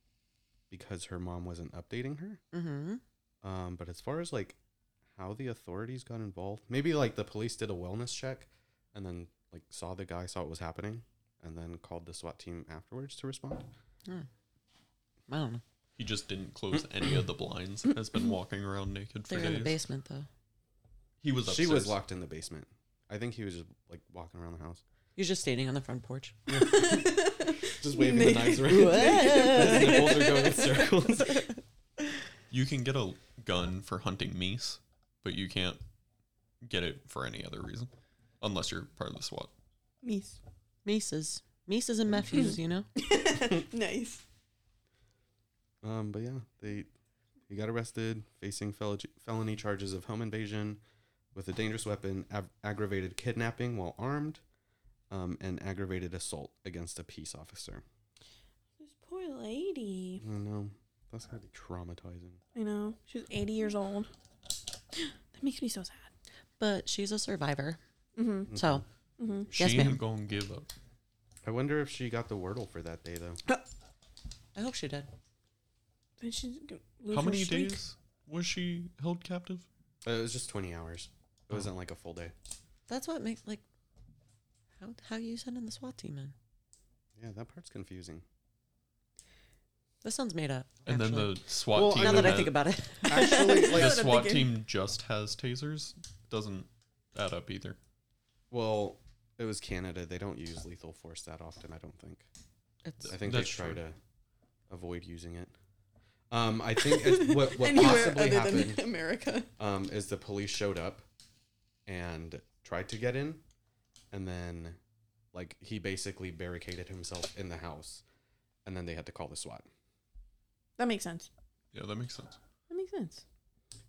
[SPEAKER 6] because her mom wasn't updating her.
[SPEAKER 5] Mm-hmm.
[SPEAKER 6] Um, but as far as like how the authorities got involved, maybe like the police did a wellness check and then like saw the guy, saw what was happening, and then called the SWAT team afterwards to respond.
[SPEAKER 5] I don't know.
[SPEAKER 3] He just didn't close any of the blinds. Has been walking around naked for
[SPEAKER 5] They were in the
[SPEAKER 3] days.
[SPEAKER 5] basement though.
[SPEAKER 3] He was
[SPEAKER 6] She
[SPEAKER 3] upstairs.
[SPEAKER 6] was locked in the basement. I think he was just like walking around the house,
[SPEAKER 5] You're just standing on the front porch.
[SPEAKER 6] Oh. just waving the knives around. His nipples are going in circles.
[SPEAKER 3] You can get a gun for hunting meese, but you can't get it for any other reason, unless you're part of the SWAT.
[SPEAKER 4] Meese.
[SPEAKER 5] Mises. Mises
[SPEAKER 3] Mm-hmm.
[SPEAKER 5] and nephews, you know?
[SPEAKER 4] nice.
[SPEAKER 6] Um, but yeah, they he got arrested, facing fel- felony charges of home invasion with a dangerous weapon, av- aggravated kidnapping while armed, um, and aggravated assault against a peace officer.
[SPEAKER 4] This poor lady.
[SPEAKER 6] I know that's gonna be traumatizing.
[SPEAKER 4] I know. She was 80 years old. That makes me so sad.
[SPEAKER 5] But she's a survivor.
[SPEAKER 4] Mm-hmm.
[SPEAKER 5] So
[SPEAKER 3] She
[SPEAKER 5] Yes,
[SPEAKER 3] ain't
[SPEAKER 5] ma'am.
[SPEAKER 3] gonna give up.
[SPEAKER 6] I wonder if she got the wordle for that day though.
[SPEAKER 5] I hope she did.
[SPEAKER 4] And she's gonna lose
[SPEAKER 3] How
[SPEAKER 4] her
[SPEAKER 3] many
[SPEAKER 4] streak.
[SPEAKER 3] days was she held captive?
[SPEAKER 6] Uh, it was just twenty hours. It wasn't like a full day.
[SPEAKER 5] That's what makes like how how you sending the SWAT team in?
[SPEAKER 6] Yeah, that part's confusing.
[SPEAKER 5] This sounds made up.
[SPEAKER 3] And then
[SPEAKER 5] actually.
[SPEAKER 3] the SWAT
[SPEAKER 6] Well,
[SPEAKER 3] team.
[SPEAKER 5] now that I
[SPEAKER 3] had-
[SPEAKER 5] think about it.
[SPEAKER 6] Actually,
[SPEAKER 3] the
[SPEAKER 6] like,
[SPEAKER 4] I'm
[SPEAKER 3] SWAT
[SPEAKER 4] thinking.
[SPEAKER 3] team just has tasers doesn't add up either.
[SPEAKER 6] well, it was Canada. They don't use lethal force that often. I don't think.
[SPEAKER 5] It's
[SPEAKER 6] I think
[SPEAKER 3] That's
[SPEAKER 6] they try
[SPEAKER 3] true.
[SPEAKER 6] to avoid using it. Um, I think it's, what, what
[SPEAKER 4] Anywhere
[SPEAKER 6] possibly
[SPEAKER 4] other
[SPEAKER 6] happened
[SPEAKER 4] than America.
[SPEAKER 6] um, is the police showed up and tried to get in, and then like he basically barricaded himself in the house, and then they had to call the SWAT
[SPEAKER 4] That makes sense.
[SPEAKER 3] Yeah, that makes sense.
[SPEAKER 4] That makes sense.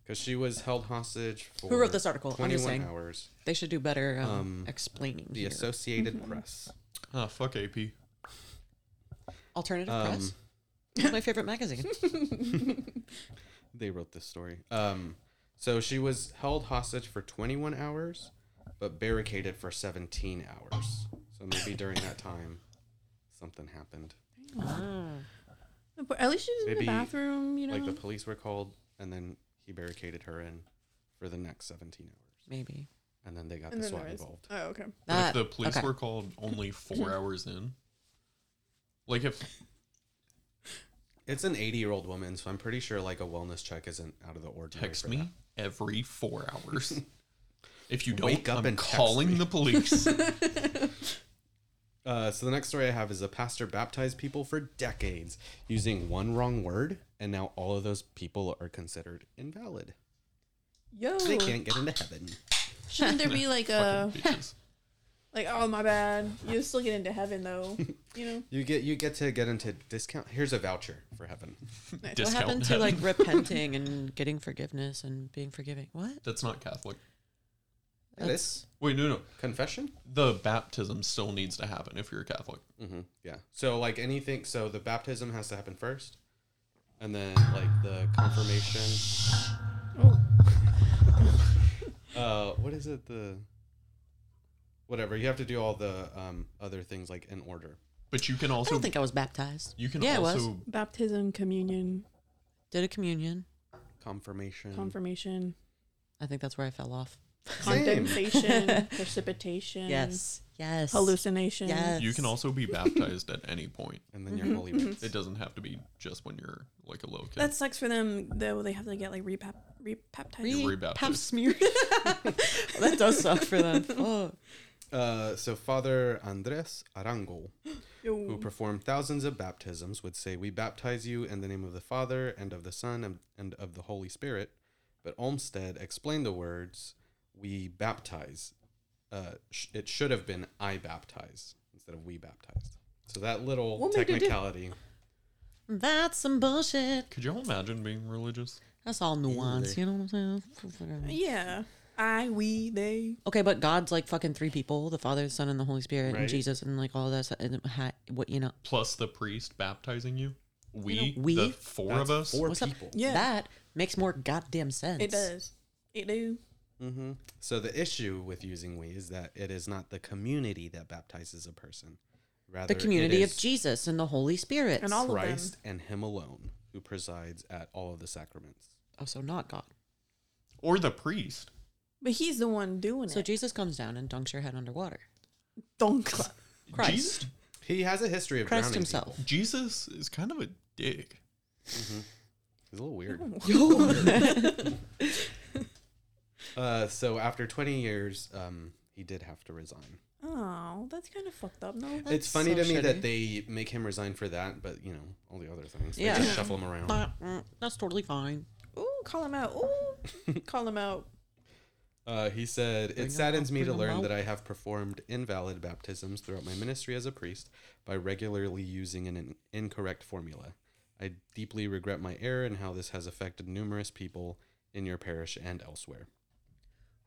[SPEAKER 6] because she was held hostage for
[SPEAKER 5] Who wrote this article? I'm
[SPEAKER 6] Twenty-one
[SPEAKER 5] just saying.
[SPEAKER 6] hours.
[SPEAKER 5] they should do better um,
[SPEAKER 6] Um,
[SPEAKER 5] explaining
[SPEAKER 6] The
[SPEAKER 5] here.
[SPEAKER 6] Associated
[SPEAKER 5] Mm-hmm.
[SPEAKER 6] Press.
[SPEAKER 3] Ah, fuck AP.
[SPEAKER 5] Alternative
[SPEAKER 6] Um,
[SPEAKER 5] press. It's my favorite magazine.
[SPEAKER 6] they wrote this story. Um, so she was held hostage for 21 hours, but barricaded for 17 hours. So maybe during that time, something happened.
[SPEAKER 4] But at least she's in
[SPEAKER 6] Maybe,
[SPEAKER 4] the bathroom, you know.
[SPEAKER 6] Like the police were called, and then he barricaded her in for the next 17 hours,
[SPEAKER 5] Maybe.
[SPEAKER 6] and then they got
[SPEAKER 4] and
[SPEAKER 6] the
[SPEAKER 4] then
[SPEAKER 6] SWAT
[SPEAKER 4] there is.
[SPEAKER 6] involved.
[SPEAKER 4] Oh, okay.
[SPEAKER 3] But if
[SPEAKER 5] That-
[SPEAKER 3] the police
[SPEAKER 5] okay.
[SPEAKER 3] were called only four hours in, like if
[SPEAKER 6] It's an 80 year old woman, so I'm pretty sure like a wellness check isn't out of the ordinary.
[SPEAKER 3] text
[SPEAKER 6] for
[SPEAKER 3] me
[SPEAKER 6] that.
[SPEAKER 3] every four hours. if you don't,
[SPEAKER 6] Wake up
[SPEAKER 3] I'm
[SPEAKER 6] and text
[SPEAKER 3] calling
[SPEAKER 6] me.
[SPEAKER 3] the police.
[SPEAKER 6] Uh, so the next story I have is a pastor baptized people for decades using one wrong word, and now all of those people are considered invalid.
[SPEAKER 4] Yo.
[SPEAKER 6] They can't get into heaven.
[SPEAKER 4] Shouldn't there be like a
[SPEAKER 3] Fucking bitches.
[SPEAKER 4] like oh my bad. You'll still get into heaven though. You know?
[SPEAKER 6] You get you get to get into discount. Here's a voucher for heaven.
[SPEAKER 5] What
[SPEAKER 3] Discount
[SPEAKER 5] happened to
[SPEAKER 3] that.
[SPEAKER 5] like repenting and getting forgiveness and being forgiving? What?
[SPEAKER 3] That's not Catholic.
[SPEAKER 6] This
[SPEAKER 3] Wait, no, no.
[SPEAKER 6] confession.
[SPEAKER 3] The baptism still needs to happen if you're a Catholic.
[SPEAKER 6] Mm-hmm. Yeah. So like anything. So the baptism has to happen first, and then like the confirmation. Oh. uh, what is it? The whatever you have to do all the um, other things like in order.
[SPEAKER 3] But you can
[SPEAKER 5] I
[SPEAKER 3] also
[SPEAKER 5] don't think I was baptized.
[SPEAKER 3] you can
[SPEAKER 5] yeah, I was.
[SPEAKER 3] also
[SPEAKER 4] Baptism, communion,
[SPEAKER 5] Did a communion.
[SPEAKER 6] Confirmation.
[SPEAKER 4] confirmation.
[SPEAKER 5] I think that's where I fell off.
[SPEAKER 6] Same.
[SPEAKER 4] condensation, precipitation,
[SPEAKER 5] Yes. Yes.
[SPEAKER 4] hallucination.
[SPEAKER 5] Yes.
[SPEAKER 3] You can also be baptized at any point.
[SPEAKER 6] And then
[SPEAKER 4] Mm-hmm.
[SPEAKER 6] you're holy. writ.
[SPEAKER 3] It doesn't have to be just when you're like a little kid.
[SPEAKER 4] That sucks for them though. They have to get like repap repaptized.
[SPEAKER 3] Re-
[SPEAKER 5] Re-
[SPEAKER 3] rebaptized.
[SPEAKER 5] pap smear. that does suck for them. Oh.
[SPEAKER 6] Uh, so Father Andres Arango, who
[SPEAKER 4] Yo.
[SPEAKER 6] performed thousands of baptisms, would say, "We baptize you in the name of the Father and of the Son and, and of the Holy Spirit." But Olmsted explained the words, "We baptize." Uh, sh- it should have been "I baptize" instead of "We baptize." So that little
[SPEAKER 4] What made you do-
[SPEAKER 6] technicality.
[SPEAKER 5] That's some bullshit.
[SPEAKER 3] Could y'all imagine being religious?
[SPEAKER 5] That's all nuance. You know what I'm saying?
[SPEAKER 4] Yeah. I, we, they.
[SPEAKER 5] Okay, but God's like fucking three people: the Father, the Son, and the Holy Spirit,
[SPEAKER 6] Right.
[SPEAKER 5] and Jesus, and like all that. stuff, And ha- what you know?
[SPEAKER 3] Plus the priest baptizing you. We,
[SPEAKER 5] know, we-
[SPEAKER 3] the four of us.
[SPEAKER 6] That's Four
[SPEAKER 5] What's up?
[SPEAKER 6] people.
[SPEAKER 4] Yeah.
[SPEAKER 5] That makes more goddamn sense.
[SPEAKER 4] It does. It do.
[SPEAKER 6] hmm So the issue with using "we" is that it is not the community that baptizes a person, rather
[SPEAKER 5] The
[SPEAKER 6] it
[SPEAKER 5] community of
[SPEAKER 6] is
[SPEAKER 5] Jesus and the Holy Spirit.
[SPEAKER 4] And all of them.
[SPEAKER 6] Christ and Him alone who presides at all of the sacraments.
[SPEAKER 5] Oh, so not God.
[SPEAKER 3] Or the priest.
[SPEAKER 4] But he's the one doing
[SPEAKER 5] So
[SPEAKER 4] it.
[SPEAKER 5] Jesus comes down and dunks your head underwater.
[SPEAKER 4] Dunk.
[SPEAKER 5] Christ.
[SPEAKER 3] Jesus,
[SPEAKER 6] He has a history of
[SPEAKER 5] Christ
[SPEAKER 6] drowning
[SPEAKER 5] himself.
[SPEAKER 6] people.
[SPEAKER 3] Jesus is kind of a dick.
[SPEAKER 6] He's a little weird.
[SPEAKER 5] Yo.
[SPEAKER 6] Uh, so after 20 years, um, he did have to resign.
[SPEAKER 4] Oh, that's kind of fucked up. No.
[SPEAKER 5] That's
[SPEAKER 6] it's funny
[SPEAKER 5] so
[SPEAKER 6] to me
[SPEAKER 5] shitty.
[SPEAKER 6] that they make him resign for that, but you know all the other things. They
[SPEAKER 5] Yeah.
[SPEAKER 6] just shuffle him around.
[SPEAKER 5] That- mm, That's totally fine.
[SPEAKER 4] Ooh, call him out. Ooh, call him out.
[SPEAKER 6] Uh, he said,
[SPEAKER 5] Bring 'em
[SPEAKER 6] It saddens
[SPEAKER 5] out,
[SPEAKER 6] me
[SPEAKER 5] bring
[SPEAKER 6] to
[SPEAKER 5] 'em
[SPEAKER 6] learn that
[SPEAKER 5] out."
[SPEAKER 6] I have performed invalid baptisms throughout my ministry as a priest by regularly using an in- incorrect formula. I deeply regret my error and how this has affected numerous people in your parish and elsewhere.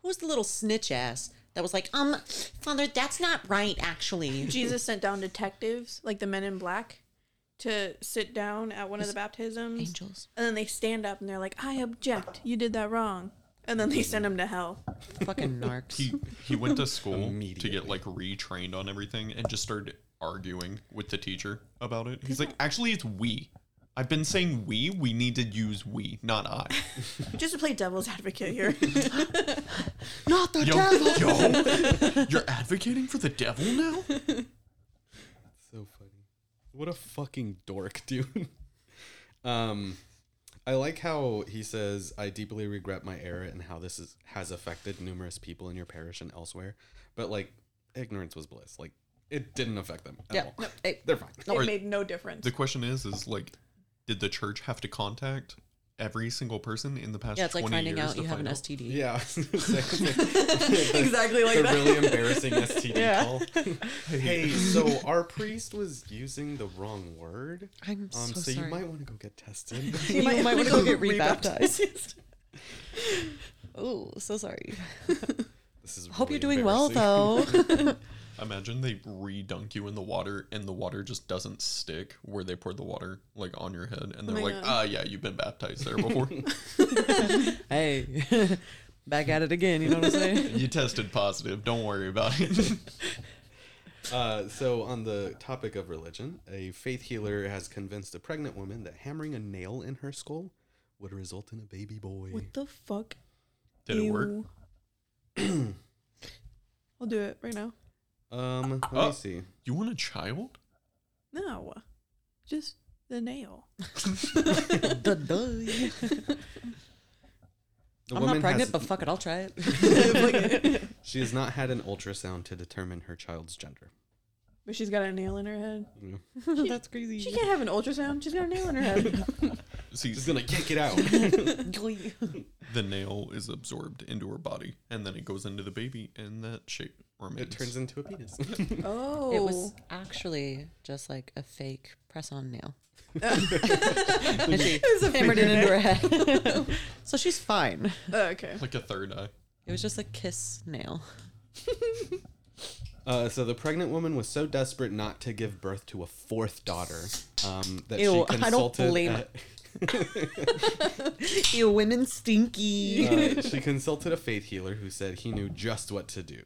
[SPEAKER 5] Who was the little snitch ass that was like, um, Father, that's not right, actually.
[SPEAKER 4] Jesus sent down detectives, like the men in black, to sit down at one of the baptisms.
[SPEAKER 5] Angels.
[SPEAKER 4] And then they stand up and they're like, I object. You did that wrong. And then they send him to hell.
[SPEAKER 5] Fucking narcs.
[SPEAKER 3] He he went to school to
[SPEAKER 6] Immediately.
[SPEAKER 3] get like retrained on everything and just started arguing with the teacher about it. He's like, actually, it's we. I've been saying we. We need to use we, not I.
[SPEAKER 4] Just to play devil's advocate here.
[SPEAKER 5] Not the
[SPEAKER 3] Yo,
[SPEAKER 5] devil.
[SPEAKER 3] yo, you're advocating for the devil now?
[SPEAKER 6] So funny. What a fucking dork, dude. um, I like how he says, "I deeply regret my error and how this is, has affected numerous people in your parish and elsewhere." But like, ignorance was bliss. Like, it didn't affect them at
[SPEAKER 5] Yeah,
[SPEAKER 6] all.
[SPEAKER 5] no, it-
[SPEAKER 6] They're fine.
[SPEAKER 3] Or-
[SPEAKER 4] it made no difference.
[SPEAKER 3] The question is, is like, did the church have to contact every single person in the past?
[SPEAKER 5] Yeah, it's like
[SPEAKER 3] 20
[SPEAKER 5] finding
[SPEAKER 3] years
[SPEAKER 5] out
[SPEAKER 3] to
[SPEAKER 5] you have an
[SPEAKER 3] find out?
[SPEAKER 5] STD.
[SPEAKER 6] Yeah, I was gonna say, it's like, the,
[SPEAKER 4] exactly like
[SPEAKER 6] the
[SPEAKER 4] that.
[SPEAKER 6] really embarrassing STD
[SPEAKER 5] Yeah.
[SPEAKER 6] call. hey, so our priest was using the wrong word.
[SPEAKER 5] I'm
[SPEAKER 6] Um,
[SPEAKER 5] so,
[SPEAKER 6] so, you
[SPEAKER 5] sorry.
[SPEAKER 6] might want to go get tested.
[SPEAKER 5] You might, want to go get
[SPEAKER 4] re-baptized.
[SPEAKER 5] rebaptized. oh, so sorry.
[SPEAKER 6] This is
[SPEAKER 5] Hope
[SPEAKER 6] really
[SPEAKER 5] you're doing well,
[SPEAKER 6] embarrassing.
[SPEAKER 5] though.
[SPEAKER 3] Imagine they re-dunk you in the water and the water just doesn't stick where they poured the water like on your head, and
[SPEAKER 5] Oh
[SPEAKER 3] they're
[SPEAKER 4] my
[SPEAKER 3] like,
[SPEAKER 4] God.
[SPEAKER 3] ah, yeah, you've been baptized there before.
[SPEAKER 5] hey, back at it again. You know what I'm saying?
[SPEAKER 3] you tested positive. Don't worry about it.
[SPEAKER 6] Uh, so, on the topic of religion, a faith healer has convinced a pregnant woman that hammering a nail in her skull would result in a baby boy.
[SPEAKER 4] what the fuck?
[SPEAKER 3] Did it work?
[SPEAKER 4] Ew. I'll do it right now.
[SPEAKER 6] Um, let
[SPEAKER 3] Oh.
[SPEAKER 6] me see.
[SPEAKER 3] You want a child?
[SPEAKER 4] No. Just the nail.
[SPEAKER 5] Duh, duh.
[SPEAKER 6] The
[SPEAKER 5] I'm not pregnant,
[SPEAKER 6] has,
[SPEAKER 5] but fuck it, I'll try it.
[SPEAKER 6] she has not had an ultrasound to determine her child's gender.
[SPEAKER 4] But she's got a nail in her head.
[SPEAKER 5] That's crazy.
[SPEAKER 4] She can't have an ultrasound. She's got a nail in her head.
[SPEAKER 3] See,
[SPEAKER 6] She's gonna kick it out.
[SPEAKER 3] the nail is absorbed into her body, and then it goes into the baby, and that shape remains.
[SPEAKER 6] it turns into a penis.
[SPEAKER 4] Oh.
[SPEAKER 5] It was actually just like a fake press-on nail. and she hammered it into her head. so she's fine.
[SPEAKER 4] Oh, okay.
[SPEAKER 3] like a third eye.
[SPEAKER 5] It was just a kiss nail.
[SPEAKER 6] Uh, so the pregnant woman was so desperate not to give birth to a fourth daughter um, that
[SPEAKER 5] Ew,
[SPEAKER 6] she consulted.
[SPEAKER 5] I don't blame
[SPEAKER 6] a-
[SPEAKER 5] You women stinky.
[SPEAKER 6] uh, she consulted a faith healer who said he knew just what to do.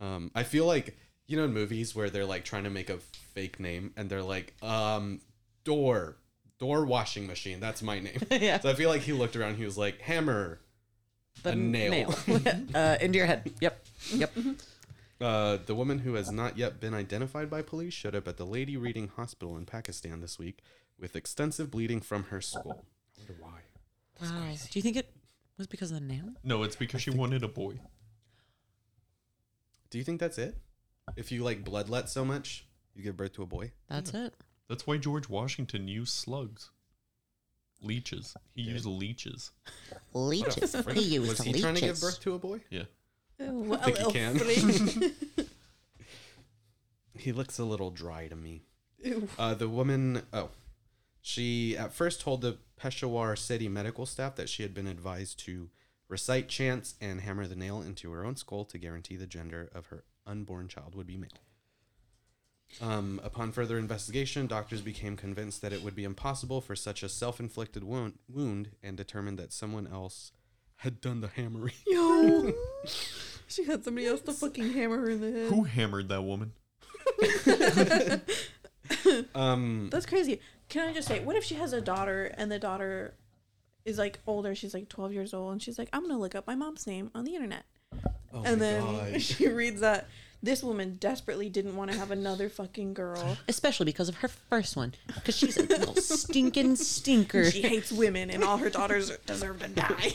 [SPEAKER 6] Um, I feel like you know in movies where they're like trying to make a fake name and they're like um, door door washing machine. That's my name.
[SPEAKER 5] Yeah.
[SPEAKER 6] So I feel like he looked around. He was like hammer,
[SPEAKER 5] But
[SPEAKER 6] A nail.
[SPEAKER 5] uh, into your head. Yep. Yep.
[SPEAKER 6] Uh, the woman who has not yet been identified by police showed up at the Lady Reading Hospital in Pakistan this week with extensive bleeding from her skull. I wonder why.
[SPEAKER 5] wow. Do you think it was because of the nail?
[SPEAKER 3] No, it's because she wanted a boy.
[SPEAKER 6] Do you think that's it? If you like bloodlet so much, you give birth to a boy.
[SPEAKER 5] That's it.
[SPEAKER 3] That's why George Washington used slugs. Leeches. He used leeches.
[SPEAKER 7] Leeches. He used
[SPEAKER 6] Was he
[SPEAKER 7] leeches.
[SPEAKER 6] trying to give birth to a boy?
[SPEAKER 3] Yeah.
[SPEAKER 4] Well,
[SPEAKER 6] think you can.
[SPEAKER 4] Elfrey.
[SPEAKER 6] He looks a little dry to me.
[SPEAKER 4] Ew.
[SPEAKER 6] Uh, the woman, oh, she at first told the Peshawar city medical staff that she had been advised to recite chants and hammer the nail into her own skull to guarantee the gender of her unborn child would be male. Um, upon further investigation, doctors became convinced that it would be impossible for such a self inflicted wound, wound and determined that someone else had done the hammering.
[SPEAKER 4] Yo. She had somebody else to fucking hammer her in the head.
[SPEAKER 3] Who hammered that woman?
[SPEAKER 6] Um,
[SPEAKER 4] That's crazy. Can I just say, what if she has a daughter and the daughter is like older? She's like 12 years old and she's like, I'm going to look up my mom's name on the internet.
[SPEAKER 6] oh
[SPEAKER 4] and
[SPEAKER 6] my
[SPEAKER 4] then
[SPEAKER 6] God.
[SPEAKER 4] she reads that this woman desperately didn't want to have another fucking girl.
[SPEAKER 5] Especially because of her first one. Because she's a little stinking stinker.
[SPEAKER 4] She hates women and all her daughters deserve to die.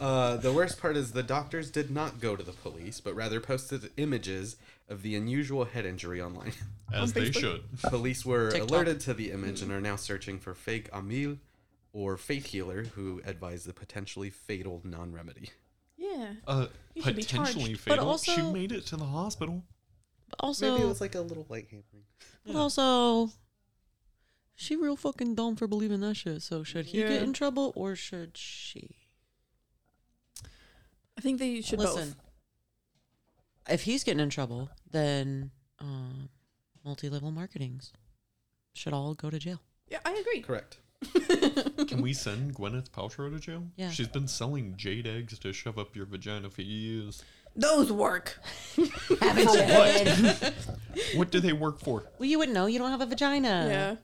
[SPEAKER 6] Uh, the worst part is the doctors did not go to the police, but rather posted images of the unusual head injury online.
[SPEAKER 3] As they should.
[SPEAKER 6] police were
[SPEAKER 5] TikTok. Mm-hmm.
[SPEAKER 6] alerted to the image and are now searching for fake Amil or faith healer who advised the potentially fatal non remedy.
[SPEAKER 4] yeah.
[SPEAKER 3] Uh,
[SPEAKER 4] You should be
[SPEAKER 3] potentially
[SPEAKER 4] charged.
[SPEAKER 5] But
[SPEAKER 3] fatal. she
[SPEAKER 5] also-
[SPEAKER 3] made it to the hospital.
[SPEAKER 5] But also,
[SPEAKER 6] like a little light hammering.
[SPEAKER 5] but also, she real fucking dumb for believing that shit. So should he
[SPEAKER 4] Yeah.
[SPEAKER 5] get in trouble or should she?
[SPEAKER 4] I think they should
[SPEAKER 5] Listen,
[SPEAKER 4] both.
[SPEAKER 5] if he's getting in trouble, then um, multi-level marketings should all go to jail.
[SPEAKER 4] Yeah, I agree.
[SPEAKER 6] Correct.
[SPEAKER 3] Can we send Gwyneth Paltrow to jail?
[SPEAKER 5] Yeah.
[SPEAKER 3] She's been selling jade eggs to shove up your vagina for years.
[SPEAKER 4] Those work.
[SPEAKER 3] What do they work for?
[SPEAKER 5] Well, you wouldn't know. You don't have a vagina.
[SPEAKER 4] yeah.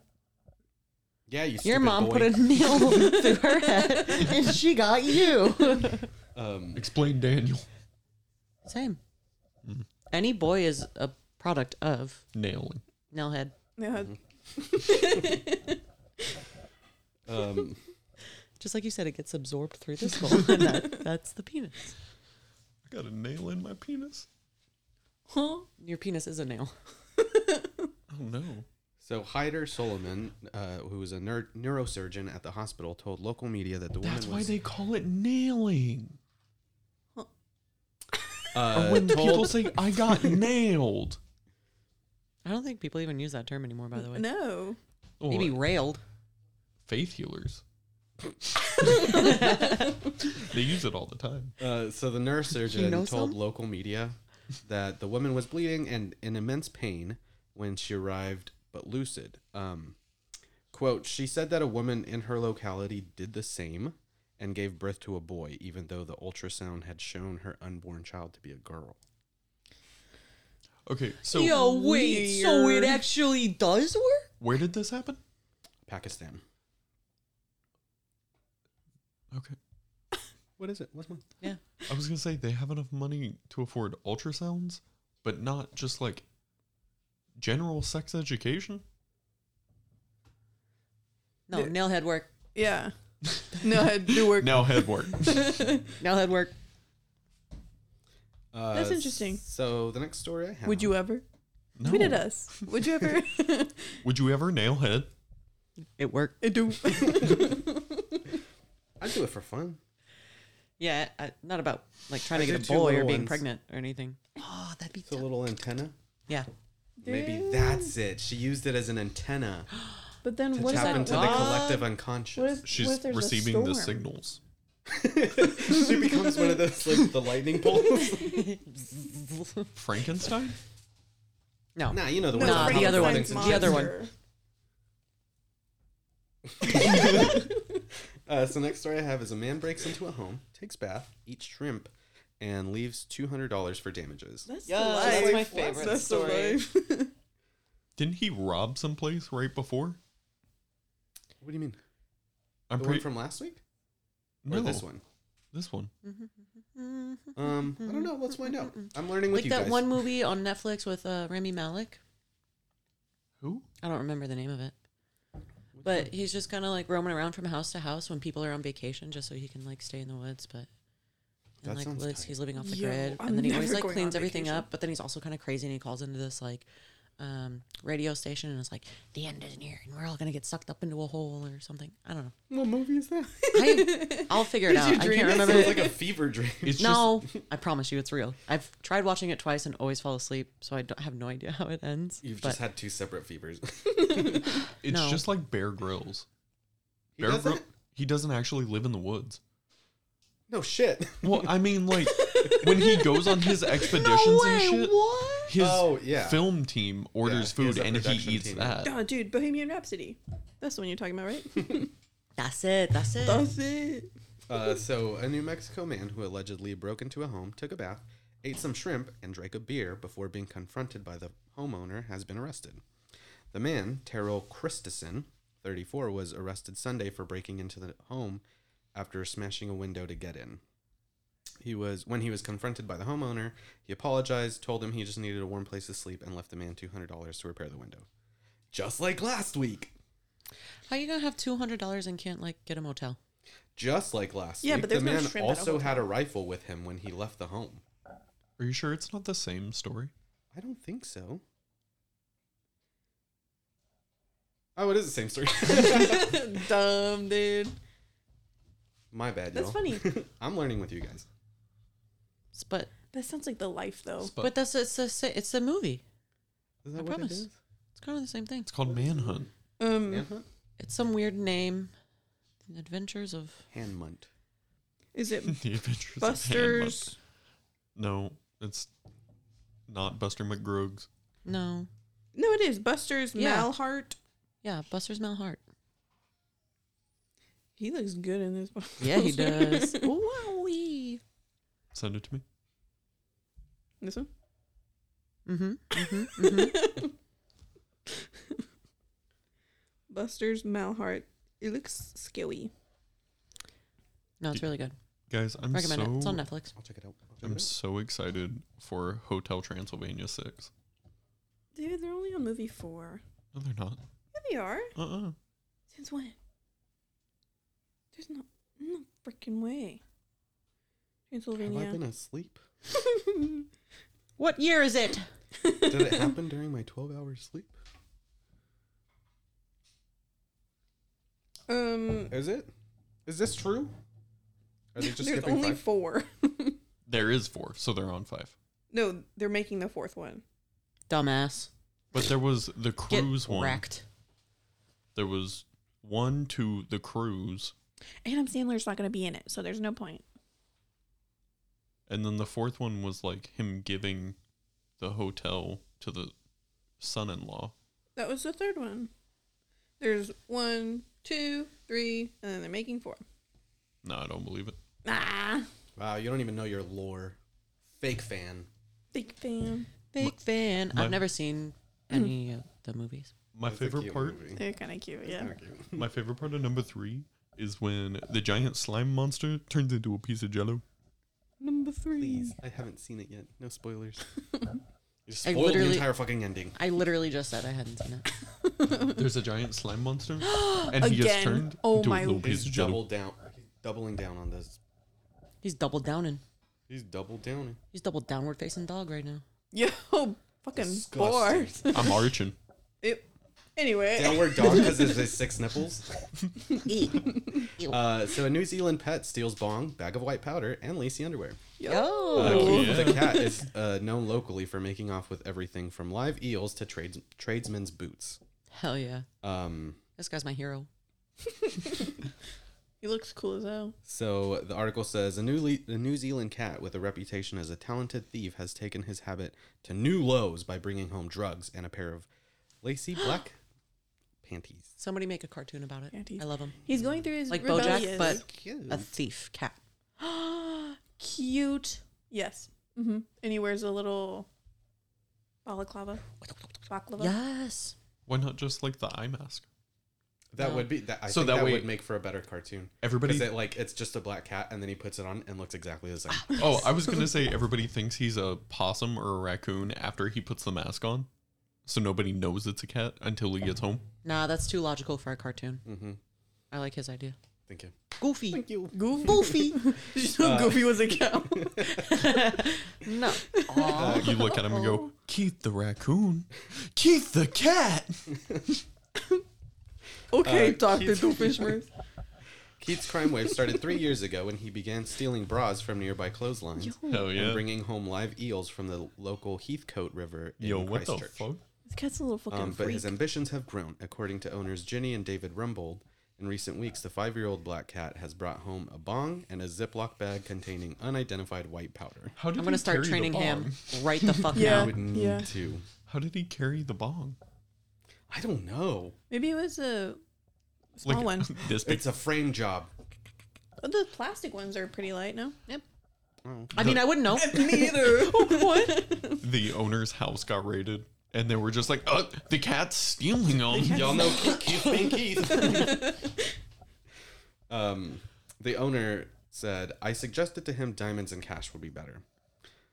[SPEAKER 6] Yeah, you
[SPEAKER 5] Your
[SPEAKER 6] stupid
[SPEAKER 5] mom
[SPEAKER 6] boy.
[SPEAKER 5] put a nail through her head, and she got you.
[SPEAKER 6] Um,
[SPEAKER 3] Explain, Daniel.
[SPEAKER 5] Same.
[SPEAKER 6] Mm.
[SPEAKER 5] Any boy is a product of
[SPEAKER 3] Nailing.
[SPEAKER 5] nailhead.
[SPEAKER 4] Yeah.
[SPEAKER 6] um,
[SPEAKER 5] Just like you said, it gets absorbed through the skull, and that, that's the penis.
[SPEAKER 3] I got a nail in my penis.
[SPEAKER 4] Huh?
[SPEAKER 5] Your penis is a nail.
[SPEAKER 3] Oh no.
[SPEAKER 6] so Hyder Solomon, uh, who was a ner- neurosurgeon at the hospital, told local media that the woman
[SPEAKER 3] That's
[SPEAKER 6] was
[SPEAKER 3] why they call it nailing.
[SPEAKER 6] uh,
[SPEAKER 3] when the
[SPEAKER 6] told-
[SPEAKER 3] people say I got nailed.
[SPEAKER 5] I don't think people even use that term anymore. By the way,
[SPEAKER 4] No.
[SPEAKER 3] Well,
[SPEAKER 5] maybe railed.
[SPEAKER 3] faith healers. they use it all the time.
[SPEAKER 6] Uh, so the neurosurgeon
[SPEAKER 5] know
[SPEAKER 6] told
[SPEAKER 5] some?
[SPEAKER 6] local media that the woman was bleeding and in immense pain when she arrived, but lucid. Um, quote: She said that a woman in her locality did the same and gave birth to a boy, even though the ultrasound had shown her unborn child to be a girl.
[SPEAKER 3] Okay, so
[SPEAKER 5] wait. So it actually does work.
[SPEAKER 3] where did this happen?
[SPEAKER 6] Pakistan.
[SPEAKER 3] Okay.
[SPEAKER 6] What is it? What's one?
[SPEAKER 5] Yeah.
[SPEAKER 3] I was gonna say they have enough money to afford ultrasounds, but not just like general sex education.
[SPEAKER 5] No, nailhead work.
[SPEAKER 4] Yeah. No, I do work.
[SPEAKER 3] Now head work.
[SPEAKER 5] Nailhead work.
[SPEAKER 6] Uh,
[SPEAKER 4] That's interesting.
[SPEAKER 6] So the next story I have.
[SPEAKER 4] Would you uh, ever?
[SPEAKER 3] No.
[SPEAKER 4] Tweet at us. Would you ever?
[SPEAKER 3] Would you ever nail head?
[SPEAKER 5] It worked.
[SPEAKER 4] I do.
[SPEAKER 6] I'd do it for fun.
[SPEAKER 5] Yeah, I, not about like trying
[SPEAKER 6] I
[SPEAKER 5] to
[SPEAKER 6] did
[SPEAKER 5] get a
[SPEAKER 6] two
[SPEAKER 5] boy or
[SPEAKER 6] little
[SPEAKER 5] being
[SPEAKER 6] ones.
[SPEAKER 5] pregnant or anything. Oh, that'd be
[SPEAKER 6] It's a little antenna.
[SPEAKER 5] yeah.
[SPEAKER 6] Maybe that's it. She used it as an antenna
[SPEAKER 4] But then
[SPEAKER 6] to
[SPEAKER 4] what is
[SPEAKER 6] tap
[SPEAKER 4] that?
[SPEAKER 6] into the
[SPEAKER 4] what-
[SPEAKER 6] collective unconscious.
[SPEAKER 4] what if- what if
[SPEAKER 3] She's
[SPEAKER 4] there's a
[SPEAKER 3] receiving the
[SPEAKER 4] storm?
[SPEAKER 3] signals.
[SPEAKER 6] she becomes one of those like the lightning bolts.
[SPEAKER 3] Frankenstein?
[SPEAKER 5] No.
[SPEAKER 6] nah, you know the
[SPEAKER 4] No,
[SPEAKER 6] one.
[SPEAKER 5] Nah, the other one.
[SPEAKER 4] Frankenstein's
[SPEAKER 5] The other one.
[SPEAKER 4] monster.
[SPEAKER 6] Uh, so next story I have is a man breaks into a home, takes bath, eats shrimp, and leaves two hundred dollars for damages.
[SPEAKER 4] That's
[SPEAKER 5] Yeah,
[SPEAKER 4] the
[SPEAKER 5] that's
[SPEAKER 4] life.
[SPEAKER 5] my favorite
[SPEAKER 4] that's the
[SPEAKER 5] story.
[SPEAKER 4] life.
[SPEAKER 3] Didn't he rob someplace right before?
[SPEAKER 6] What do you mean?
[SPEAKER 3] I'm
[SPEAKER 6] the
[SPEAKER 3] pretty
[SPEAKER 6] one from last week
[SPEAKER 3] no,
[SPEAKER 6] or this one?
[SPEAKER 3] This one.
[SPEAKER 6] Um, I don't know. Let's find out. I'm learning with
[SPEAKER 5] Like
[SPEAKER 6] you
[SPEAKER 5] that
[SPEAKER 6] guys.
[SPEAKER 5] one movie on Netflix with uh, Rami Malik.
[SPEAKER 3] Who?
[SPEAKER 5] I don't remember the name of it. But he's just kind of like roaming around from house to house when people are on vacation, just so he can like stay in the woods. But
[SPEAKER 6] That
[SPEAKER 5] and like
[SPEAKER 6] sounds
[SPEAKER 5] lives,
[SPEAKER 6] tight.
[SPEAKER 5] he's living off the
[SPEAKER 4] Yo,
[SPEAKER 5] grid,
[SPEAKER 4] I'm
[SPEAKER 5] and then he
[SPEAKER 4] never
[SPEAKER 5] always like
[SPEAKER 4] going on
[SPEAKER 5] cleans everything
[SPEAKER 4] vacation.
[SPEAKER 5] up. But then he's also kind of crazy, and he calls into this like um, radio station and is like, "The end is near, and we're all gonna get sucked up into a hole or something." I don't know.
[SPEAKER 6] What movie is that?
[SPEAKER 5] I, I'll figure it out. I can't remember.
[SPEAKER 6] It's like a fever dream.
[SPEAKER 3] It's
[SPEAKER 5] no, I promise you, it's real. I've tried watching it twice and always fall asleep, so I don't, have no idea how it ends.
[SPEAKER 6] You've
[SPEAKER 5] but
[SPEAKER 6] just had two separate fevers.
[SPEAKER 3] Just, it's
[SPEAKER 5] No.
[SPEAKER 3] just like Bear Grylls.
[SPEAKER 6] He
[SPEAKER 3] Bear
[SPEAKER 6] doesn't?
[SPEAKER 3] Gryll- He doesn't actually live in the woods.
[SPEAKER 6] No shit.
[SPEAKER 3] Well, I mean, like when he goes on his expeditions and shit, his
[SPEAKER 6] Oh, yeah.
[SPEAKER 3] film team orders
[SPEAKER 6] he has
[SPEAKER 3] food
[SPEAKER 6] a
[SPEAKER 3] and
[SPEAKER 6] production
[SPEAKER 3] he eats
[SPEAKER 6] team.
[SPEAKER 3] that.
[SPEAKER 4] Oh, dude, Bohemian Rhapsody. That's the one you're talking about, right?
[SPEAKER 5] that's it. That's it.
[SPEAKER 4] That's it.
[SPEAKER 6] Uh, so, a New Mexico man who allegedly broke into a home, took a bath, ate some shrimp, and drank a beer before being confronted by the homeowner has been arrested. The man, Terrell Christensen, 34, was arrested Sunday for breaking into the home after smashing a window to get in. He was when he was confronted by the homeowner, he apologized, told him he just needed a warm place to sleep, and left the man $200 to repair the window. Just like last week.
[SPEAKER 5] How you gonna have two hundred dollars and can't like get a motel?
[SPEAKER 6] Just like last
[SPEAKER 4] Yeah,
[SPEAKER 6] week.
[SPEAKER 4] but
[SPEAKER 6] the
[SPEAKER 4] there's no
[SPEAKER 6] man
[SPEAKER 4] shrimp at a
[SPEAKER 6] also
[SPEAKER 4] hotel.
[SPEAKER 6] had a rifle with him when he left the home.
[SPEAKER 3] Are you sure it's not the same story?
[SPEAKER 6] I don't think so. Oh, it is the same story.
[SPEAKER 4] Dumb, dude.
[SPEAKER 6] My bad,
[SPEAKER 4] That's
[SPEAKER 6] y'all.
[SPEAKER 4] funny.
[SPEAKER 6] I'm learning with you guys.
[SPEAKER 5] S- But
[SPEAKER 4] That sounds like the life, though.
[SPEAKER 3] But-
[SPEAKER 5] Oh, but, that's it's the sa- it's a movie.
[SPEAKER 6] Is that
[SPEAKER 5] I
[SPEAKER 6] what
[SPEAKER 5] promise.
[SPEAKER 6] it is?
[SPEAKER 5] It's kind of the same thing.
[SPEAKER 3] It's called Manhunt.
[SPEAKER 4] Um,
[SPEAKER 6] Manhunt?
[SPEAKER 5] It's some weird name. The Adventures of
[SPEAKER 6] Handmunt.
[SPEAKER 4] is it
[SPEAKER 3] the Adventures of
[SPEAKER 4] Buster's?
[SPEAKER 3] Handbook. No, it's not Buster McGrogs.
[SPEAKER 5] no,
[SPEAKER 4] No, it is Buster's
[SPEAKER 5] Yeah.
[SPEAKER 4] Malhart.
[SPEAKER 5] yeah, Buster's Malhart.
[SPEAKER 4] He looks good in this.
[SPEAKER 5] Yeah, he does.
[SPEAKER 4] Wowee.
[SPEAKER 3] Send it to me.
[SPEAKER 4] This one.
[SPEAKER 5] Mm-hmm.
[SPEAKER 4] Buster's Malhart. It looks scary.
[SPEAKER 5] No, it's really good.
[SPEAKER 3] Guys, I'm
[SPEAKER 5] Recommend
[SPEAKER 3] so
[SPEAKER 5] it. It's on Netflix.
[SPEAKER 6] I'll check it out. I'll check
[SPEAKER 3] I'm
[SPEAKER 6] it
[SPEAKER 3] so excited for Hotel Transylvania 6.
[SPEAKER 4] Dude, they're only on movie four.
[SPEAKER 3] No, they're not.
[SPEAKER 4] Yeah, they are.
[SPEAKER 3] Uh-uh.
[SPEAKER 4] Since when? There's no no freaking way.
[SPEAKER 6] out. Have I been
[SPEAKER 4] Transylvania.
[SPEAKER 6] asleep?
[SPEAKER 5] What year is it?
[SPEAKER 6] Did it happen during my 12 hours sleep?
[SPEAKER 4] um,
[SPEAKER 6] Is it? Is this true? Are they just
[SPEAKER 4] there's
[SPEAKER 6] skipping
[SPEAKER 4] only
[SPEAKER 6] five?
[SPEAKER 4] four.
[SPEAKER 3] There is four, so they're on five.
[SPEAKER 4] no, they're making the fourth one.
[SPEAKER 5] Dumbass.
[SPEAKER 3] But there was the
[SPEAKER 5] Get
[SPEAKER 3] cruise one.
[SPEAKER 5] wrecked.
[SPEAKER 3] There was one to the cruise,
[SPEAKER 4] Adam Sandler's not going to be in it, so there's no point.
[SPEAKER 3] and then the fourth one was like him giving the hotel to the son-in-law.
[SPEAKER 4] That was the third one. There's one, two, three, and then they're making four.
[SPEAKER 3] No, I don't believe it.
[SPEAKER 4] Ah,
[SPEAKER 6] Wow, you don't even know your lore. Fake fan.
[SPEAKER 4] big fan.
[SPEAKER 5] Big fan.
[SPEAKER 3] my-
[SPEAKER 5] I've never seen any of the movies.
[SPEAKER 3] My
[SPEAKER 6] That's a
[SPEAKER 3] favorite
[SPEAKER 6] cute
[SPEAKER 3] part
[SPEAKER 6] movie.
[SPEAKER 4] They're kind of cute, yeah.
[SPEAKER 3] My favorite part of number three is when the giant slime monster turns into a piece of jello.
[SPEAKER 4] Number three.
[SPEAKER 6] Please, I haven't seen it yet. No spoilers. you
[SPEAKER 5] I
[SPEAKER 6] spoiled the
[SPEAKER 5] literally-
[SPEAKER 6] entire fucking ending.
[SPEAKER 5] I literally just said I hadn't seen it.
[SPEAKER 3] There's a giant slime monster, and he gets
[SPEAKER 4] Again.
[SPEAKER 3] turned
[SPEAKER 4] Oh
[SPEAKER 3] into
[SPEAKER 4] my-
[SPEAKER 3] a little
[SPEAKER 6] He's
[SPEAKER 3] piece of jello.
[SPEAKER 6] double down. He's doubling down on this.
[SPEAKER 5] He's double downing.
[SPEAKER 6] He's double downing.
[SPEAKER 5] He's double downward facing dog right now.
[SPEAKER 4] Yo, fucking bored.
[SPEAKER 6] Disgusting.
[SPEAKER 3] I'm arching.
[SPEAKER 4] It- anyway.
[SPEAKER 6] Downward dog because there's his six nipples. Uh, so a New Zealand pet steals bong, bag of white powder, and lacy underwear. Uh,
[SPEAKER 5] Yo.
[SPEAKER 6] Keith the cat is uh, known locally for making off with everything from live eels to trades, tradesmen's boots.
[SPEAKER 5] Hell yeah.
[SPEAKER 6] Um,
[SPEAKER 5] This guy's my hero.
[SPEAKER 4] He looks cool as hell.
[SPEAKER 6] So the article says a New, Le- a New Zealand cat with a reputation as a talented thief has taken his habit to new lows by bringing home drugs and a pair of lacy black panties.
[SPEAKER 5] Somebody make a cartoon about it.
[SPEAKER 4] Panties.
[SPEAKER 5] I love him.
[SPEAKER 4] He's going through his
[SPEAKER 5] Like
[SPEAKER 4] rebellious.
[SPEAKER 5] Bojack, but
[SPEAKER 6] Cute.
[SPEAKER 5] a thief cat.
[SPEAKER 4] cute. Yes. hmm And he wears a little balaclava. Baklava.
[SPEAKER 5] Yes.
[SPEAKER 3] Why not just like the eye mask?
[SPEAKER 6] That
[SPEAKER 5] No.
[SPEAKER 6] would be that. I
[SPEAKER 3] So
[SPEAKER 6] think
[SPEAKER 3] that
[SPEAKER 6] that,
[SPEAKER 3] way-
[SPEAKER 6] would make for a better cartoon.
[SPEAKER 3] Everybody.
[SPEAKER 6] Because it like it's just a black cat, and then he puts it on and looks exactly the same.
[SPEAKER 3] oh, I was gonna say everybody thinks he's a possum or a raccoon after he puts the mask on, so nobody knows it's a cat until he gets home.
[SPEAKER 5] Nah, that's too logical for a cartoon.
[SPEAKER 6] mm-hmm.
[SPEAKER 5] I like his idea.
[SPEAKER 6] Thank you.
[SPEAKER 5] Goofy.
[SPEAKER 6] you.
[SPEAKER 4] Goofy. Goofy.
[SPEAKER 6] Uh,
[SPEAKER 4] Goofy was a cow.
[SPEAKER 5] No.
[SPEAKER 3] Uh, You look at him and go, Keith the raccoon, Keith the cat.
[SPEAKER 4] okay,
[SPEAKER 6] Uh,
[SPEAKER 4] Doctor
[SPEAKER 6] Keith-
[SPEAKER 4] Doofenshmirtz.
[SPEAKER 6] Keith's crime wave started three years ago when he began stealing bras from nearby clotheslines
[SPEAKER 3] Hell
[SPEAKER 6] and
[SPEAKER 3] yeah.
[SPEAKER 6] bringing home live eels from the local Heathcote River in
[SPEAKER 3] Yo, what the
[SPEAKER 6] Christchurch.
[SPEAKER 3] fuck?
[SPEAKER 4] This cat's a little fucking
[SPEAKER 6] Um, but
[SPEAKER 4] freak.
[SPEAKER 6] his ambitions have grown. According to owners Ginny and David Rumbold, in recent weeks, the five year old black cat has brought home a bong and a Ziploc bag containing unidentified white powder.
[SPEAKER 3] How did he
[SPEAKER 5] I'm gonna start
[SPEAKER 3] carry the
[SPEAKER 5] training
[SPEAKER 3] bong?
[SPEAKER 5] him right the fuck
[SPEAKER 4] Yeah.
[SPEAKER 6] I
[SPEAKER 5] now.
[SPEAKER 6] would need
[SPEAKER 4] yeah.
[SPEAKER 6] to.
[SPEAKER 3] How did he carry the bong?
[SPEAKER 6] I don't know.
[SPEAKER 4] Maybe it was a small
[SPEAKER 3] Like,
[SPEAKER 4] one.
[SPEAKER 3] This big.
[SPEAKER 6] It's a frame job.
[SPEAKER 4] Oh, The plastic ones are pretty light, no?
[SPEAKER 5] I mean, I wouldn't know.
[SPEAKER 4] Neither. what?
[SPEAKER 3] the owner's house got raided, and they were just like, "Uh, the cat's stealing them."
[SPEAKER 6] Y'all know Keith, Keith being Keith. um, the owner said, I suggested to him diamonds and cash would be better.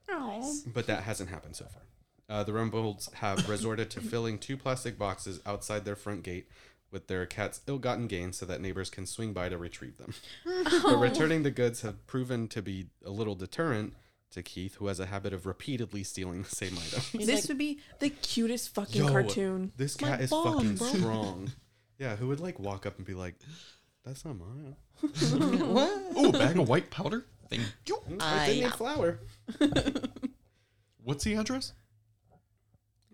[SPEAKER 4] Oh.
[SPEAKER 6] But that hasn't happened so far. Uh, the Rumbolds have resorted to filling two plastic boxes outside their front gate with their cat's ill gotten gains so that neighbors can swing by to retrieve them. But returning the goods have proven to be a little deterrent to Keith, who has a habit of repeatedly stealing the same item.
[SPEAKER 4] This would be the cutest fucking cartoon.
[SPEAKER 6] This
[SPEAKER 5] My
[SPEAKER 6] cat is
[SPEAKER 5] bomb,
[SPEAKER 6] fucking
[SPEAKER 5] bro.
[SPEAKER 6] strong. Yeah, who would like walk up and be like, that's not mine.
[SPEAKER 3] Oh, bag of white powder. Thank you.
[SPEAKER 6] Mm, I didn't need flour.
[SPEAKER 3] What's the address?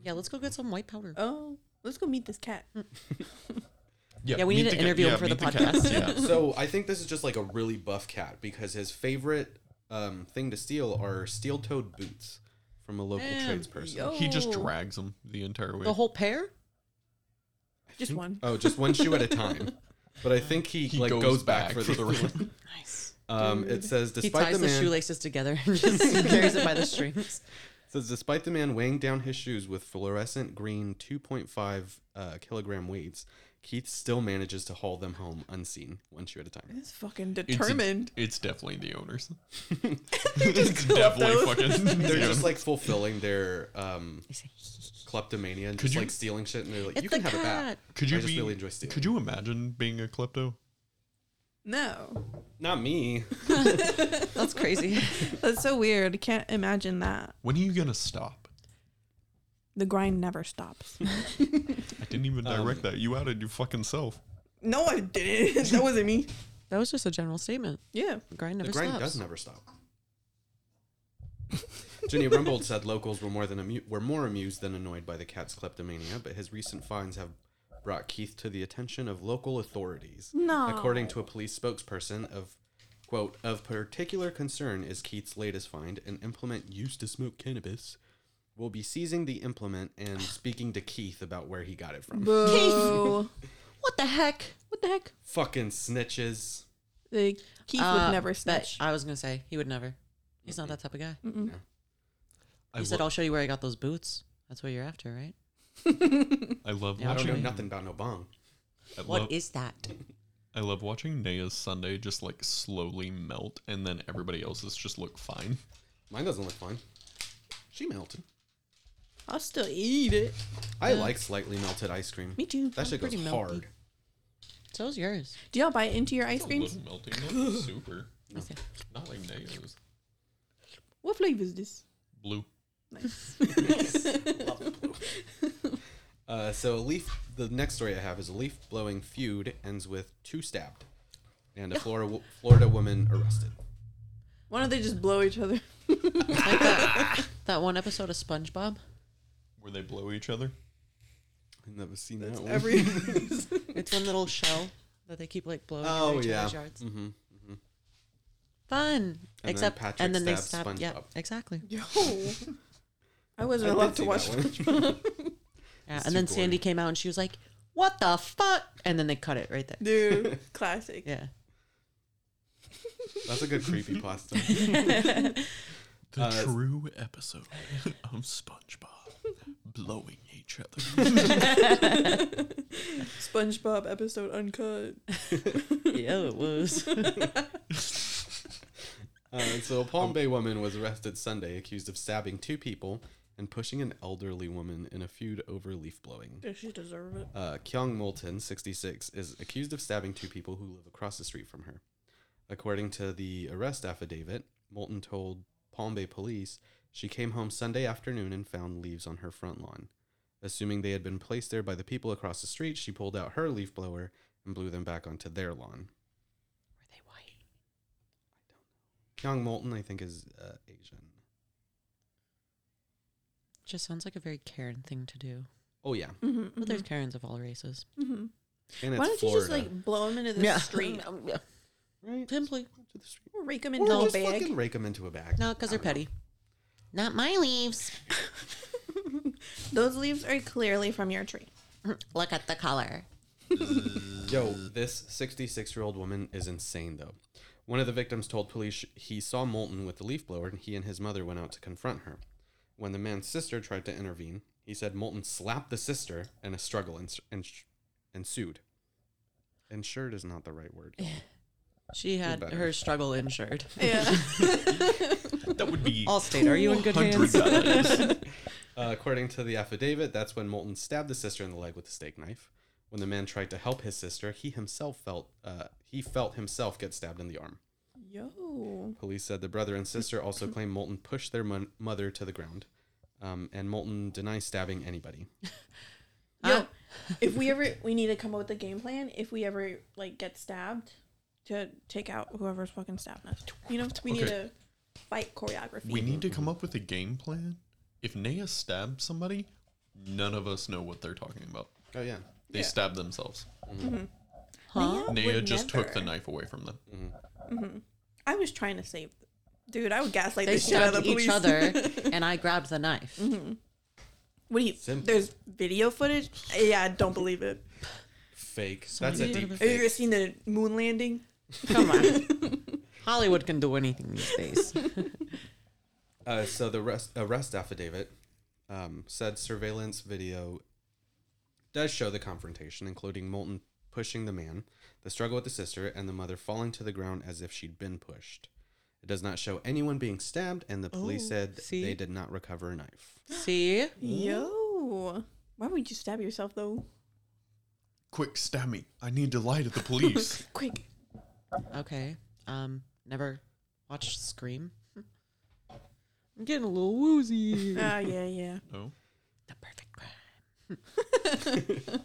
[SPEAKER 5] Yeah, let's go get some white
[SPEAKER 6] Uh,
[SPEAKER 5] powder.
[SPEAKER 4] Oh, let's go meet this cat.
[SPEAKER 5] Mm. Yeah, we
[SPEAKER 3] meet
[SPEAKER 5] need
[SPEAKER 3] the
[SPEAKER 5] to
[SPEAKER 3] cat-
[SPEAKER 5] interview him for
[SPEAKER 3] meet
[SPEAKER 5] the
[SPEAKER 3] cat.
[SPEAKER 5] podcast.
[SPEAKER 3] Yeah.
[SPEAKER 6] So I think this is just like a really buff cat because his favorite um, thing to steal are steel-toed boots from a local
[SPEAKER 5] Damn,
[SPEAKER 6] tradesperson.
[SPEAKER 4] yo.
[SPEAKER 3] He just
[SPEAKER 4] Oh.
[SPEAKER 3] drags him the entire way.
[SPEAKER 5] The whole pair?
[SPEAKER 4] Just one.
[SPEAKER 6] Oh, just one shoe at a time. But I think he,
[SPEAKER 3] he
[SPEAKER 6] like goes, back, for the,
[SPEAKER 3] rest.
[SPEAKER 5] Nice.
[SPEAKER 6] um, it says
[SPEAKER 5] He
[SPEAKER 6] despite
[SPEAKER 5] ties
[SPEAKER 6] the
[SPEAKER 5] the,
[SPEAKER 6] man
[SPEAKER 5] shoelaces together and just carries it by the strings.
[SPEAKER 6] says despite the man weighing down his shoes with fluorescent green 2.5 uh, kilogram weights, Keith still manages to haul them home unseen, one shoe at a time.
[SPEAKER 4] It's fucking
[SPEAKER 3] It's a-
[SPEAKER 4] determined.
[SPEAKER 3] It's definitely the owners. it's definitely
[SPEAKER 4] those.
[SPEAKER 3] fucking.
[SPEAKER 6] They're
[SPEAKER 3] the
[SPEAKER 6] just
[SPEAKER 3] owners.
[SPEAKER 6] like fulfilling their um,
[SPEAKER 5] say,
[SPEAKER 6] kleptomania and
[SPEAKER 3] Could
[SPEAKER 6] just
[SPEAKER 3] you-
[SPEAKER 6] like stealing shit, and they're like,
[SPEAKER 5] It's
[SPEAKER 6] "You can
[SPEAKER 5] the
[SPEAKER 6] have it back."
[SPEAKER 3] Could you
[SPEAKER 6] I just
[SPEAKER 3] be-
[SPEAKER 6] really enjoy stealing.
[SPEAKER 3] Could you imagine being a klepto?
[SPEAKER 4] No.
[SPEAKER 6] Not me.
[SPEAKER 5] That's crazy.
[SPEAKER 4] That's so weird. I can't imagine that.
[SPEAKER 3] When are you gonna stop?
[SPEAKER 4] The grind never stops.
[SPEAKER 3] I didn't even
[SPEAKER 6] Um,
[SPEAKER 3] direct that. You outed your fucking self.
[SPEAKER 4] no, I didn't. That wasn't me.
[SPEAKER 5] That was just a general statement.
[SPEAKER 4] Yeah.
[SPEAKER 5] The grind
[SPEAKER 6] The
[SPEAKER 5] never
[SPEAKER 6] grind
[SPEAKER 5] stops.
[SPEAKER 6] does never stop. Jenny Rumbold said locals were more than amu- were more amused than annoyed by the cat's kleptomania, but his recent finds have brought Keith to the attention of local authorities.
[SPEAKER 4] No.
[SPEAKER 6] According to a police spokesperson, of quote of particular concern is Keith's latest find, an implement used to smoke cannabis. We'll be seizing the implement and speaking to Keith about where he got it from.
[SPEAKER 4] Boo.
[SPEAKER 5] What the heck?
[SPEAKER 4] what the heck?
[SPEAKER 6] Fucking snitches.
[SPEAKER 4] The Keith
[SPEAKER 5] Uh,
[SPEAKER 4] would never
[SPEAKER 5] but
[SPEAKER 4] snitch.
[SPEAKER 5] I was gonna say he would never. He's not that type of guy. You
[SPEAKER 3] I,
[SPEAKER 5] said,
[SPEAKER 3] lo-
[SPEAKER 5] "I'll show you where I got those boots." That's what you're after, right?
[SPEAKER 3] I love
[SPEAKER 5] Yeah,
[SPEAKER 6] I
[SPEAKER 3] watching.
[SPEAKER 6] don't know nothing about no bong.
[SPEAKER 3] I
[SPEAKER 5] What is
[SPEAKER 3] love-
[SPEAKER 5] that?
[SPEAKER 3] I love watching Naya's Sunday just like slowly melt and then everybody else's just look fine.
[SPEAKER 6] Mine doesn't look fine. She melted.
[SPEAKER 4] I'll still eat it.
[SPEAKER 6] I like slightly melted ice cream.
[SPEAKER 4] Me too.
[SPEAKER 6] That shit goes
[SPEAKER 5] pretty melty.
[SPEAKER 6] hard.
[SPEAKER 5] So's yours.
[SPEAKER 4] Do y'all bite into your ice
[SPEAKER 3] A
[SPEAKER 4] creams?
[SPEAKER 3] little melting, not super.
[SPEAKER 5] I say,
[SPEAKER 3] Not like Naya's.
[SPEAKER 4] What flavor is this?
[SPEAKER 3] Blue.
[SPEAKER 6] Uh, so a leaf. The next story I have is a leaf blowing feud ends with two stabbed, and a Florida wo- Florida woman arrested.
[SPEAKER 4] Why don't they just blow each other?
[SPEAKER 5] It's like that, that one episode of SpongeBob.
[SPEAKER 3] Where they blow each other.
[SPEAKER 6] I've never seen that one.
[SPEAKER 4] Every
[SPEAKER 5] It's one little shell that they keep like blowing
[SPEAKER 6] oh
[SPEAKER 5] in each
[SPEAKER 6] yeah.
[SPEAKER 5] other's yards.
[SPEAKER 6] Mm-hmm.
[SPEAKER 5] Fun.
[SPEAKER 6] then
[SPEAKER 5] Except
[SPEAKER 6] Patrick
[SPEAKER 5] and then they
[SPEAKER 6] stabs
[SPEAKER 5] stab. Yeah,
[SPEAKER 6] SpongeBob.
[SPEAKER 5] exactly.
[SPEAKER 4] yo, I wasn't allowed to watch.
[SPEAKER 5] Yeah,
[SPEAKER 6] It's
[SPEAKER 5] and
[SPEAKER 6] too
[SPEAKER 5] then Sandy
[SPEAKER 6] gory.
[SPEAKER 5] came out and she was like, "What the fuck?" And then they cut it right there.
[SPEAKER 4] Dude, classic.
[SPEAKER 5] Yeah.
[SPEAKER 6] That's a good creepy pasta.
[SPEAKER 3] The
[SPEAKER 6] Uh,
[SPEAKER 3] true episode of SpongeBob blowing each each other.
[SPEAKER 4] SpongeBob episode uncut.
[SPEAKER 5] yeah, it was.
[SPEAKER 6] Uh, and so a Palm Bay woman was arrested Sunday, accused of stabbing two people and pushing an elderly woman in a feud over leaf blowing.
[SPEAKER 4] Does she deserve it?
[SPEAKER 6] Uh, Kyung Moulton, 66, is accused of stabbing two people who live across the street from her. According to the arrest affidavit, Moulton told Palm Bay police she came home Sunday afternoon and found leaves on her front lawn. Assuming they had been placed there by the people across the street, she pulled out her leaf blower and blew them back onto their lawn.
[SPEAKER 5] Were they white?
[SPEAKER 6] Kyung Moulton, I think, is uh, Asian.
[SPEAKER 5] Just sounds like a very Karen thing to do.
[SPEAKER 6] Oh, yeah.
[SPEAKER 4] Mm-hmm,
[SPEAKER 5] But there's Karens of all races.
[SPEAKER 4] mm-hmm.
[SPEAKER 6] And it's
[SPEAKER 4] Why don't you
[SPEAKER 6] Florida.
[SPEAKER 4] just like blow him into the street?
[SPEAKER 5] Um, yeah.
[SPEAKER 6] right?
[SPEAKER 5] Simply.
[SPEAKER 6] To the street.
[SPEAKER 4] Or rake him
[SPEAKER 6] Or
[SPEAKER 4] into a
[SPEAKER 6] just
[SPEAKER 4] bag.
[SPEAKER 6] fucking rake them into a bag.
[SPEAKER 5] No, because
[SPEAKER 6] I
[SPEAKER 5] they're
[SPEAKER 6] don't know.
[SPEAKER 5] petty.
[SPEAKER 7] Not my leaves.
[SPEAKER 4] Those leaves are clearly from your tree.
[SPEAKER 7] Look at the color.
[SPEAKER 6] Yo, this 66 year old woman is insane, though. One of the victims told police he saw Moulton with the leaf blower and he and his mother went out to confront her. When the man's sister tried to intervene, he said Moulton slapped the sister and a struggle ens- ens- ensued. Ensured is not the right word.
[SPEAKER 5] She had
[SPEAKER 6] better.
[SPEAKER 5] her struggle insured.
[SPEAKER 4] Yeah.
[SPEAKER 3] that would be
[SPEAKER 5] Allstate, are you in good hands?
[SPEAKER 3] $200.
[SPEAKER 6] Uh, according to the affidavit, that's when Moulton stabbed the sister in the leg with a steak knife. When the man tried to help his sister, he himself felt uh, he felt himself get stabbed in the arm.
[SPEAKER 4] Yo.
[SPEAKER 6] Police said the brother and sister also claim Moulton pushed their mon- mother to the ground, um, and Moulton denies stabbing anybody.
[SPEAKER 4] Yo. if we ever we need to come up with a game plan if we ever like get stabbed to take out whoever's fucking stabbing us. You know, we need
[SPEAKER 3] Okay.
[SPEAKER 4] to fight choreography.
[SPEAKER 3] We need to come up with a game plan. If Naya stabbed somebody, none of us know what they're talking about.
[SPEAKER 6] Oh yeah,
[SPEAKER 3] They stabbed themselves.
[SPEAKER 5] Huh?
[SPEAKER 3] Naya
[SPEAKER 4] would
[SPEAKER 3] just took the
[SPEAKER 4] never.
[SPEAKER 3] knife away from them.
[SPEAKER 4] I was trying to save dude, I would gaslight
[SPEAKER 5] They
[SPEAKER 4] the shit out
[SPEAKER 5] stabbed Mm-hmm.
[SPEAKER 4] of the
[SPEAKER 5] each
[SPEAKER 4] police.
[SPEAKER 5] other, and I grabbed the knife.
[SPEAKER 4] What do you
[SPEAKER 6] Simple.
[SPEAKER 4] there's video footage? Yeah, I don't believe it.
[SPEAKER 6] fake.
[SPEAKER 5] Somebody
[SPEAKER 6] that's a
[SPEAKER 5] did
[SPEAKER 6] deep
[SPEAKER 5] it.
[SPEAKER 4] Have you ever
[SPEAKER 6] fake.
[SPEAKER 4] seen the moon landing?
[SPEAKER 5] Come on. Hollywood can do anything these days.
[SPEAKER 6] Uh, so the rest, arrest affidavit um, said surveillance video does show the confrontation, including Moulton pushing the man, the struggle with the sister, and the mother falling to the ground as if she'd been pushed. It does not show anyone being stabbed, and the police said
[SPEAKER 5] see?
[SPEAKER 6] they did not recover a knife.
[SPEAKER 5] See?
[SPEAKER 4] Yo. Why would you stab yourself though?
[SPEAKER 3] Quick, stab me. I need to lie to the police.
[SPEAKER 4] Quick.
[SPEAKER 5] Okay. Um, never watched Scream. I'm getting a little woozy.
[SPEAKER 4] Ah, yeah, yeah.
[SPEAKER 3] no.
[SPEAKER 5] the perfect crime.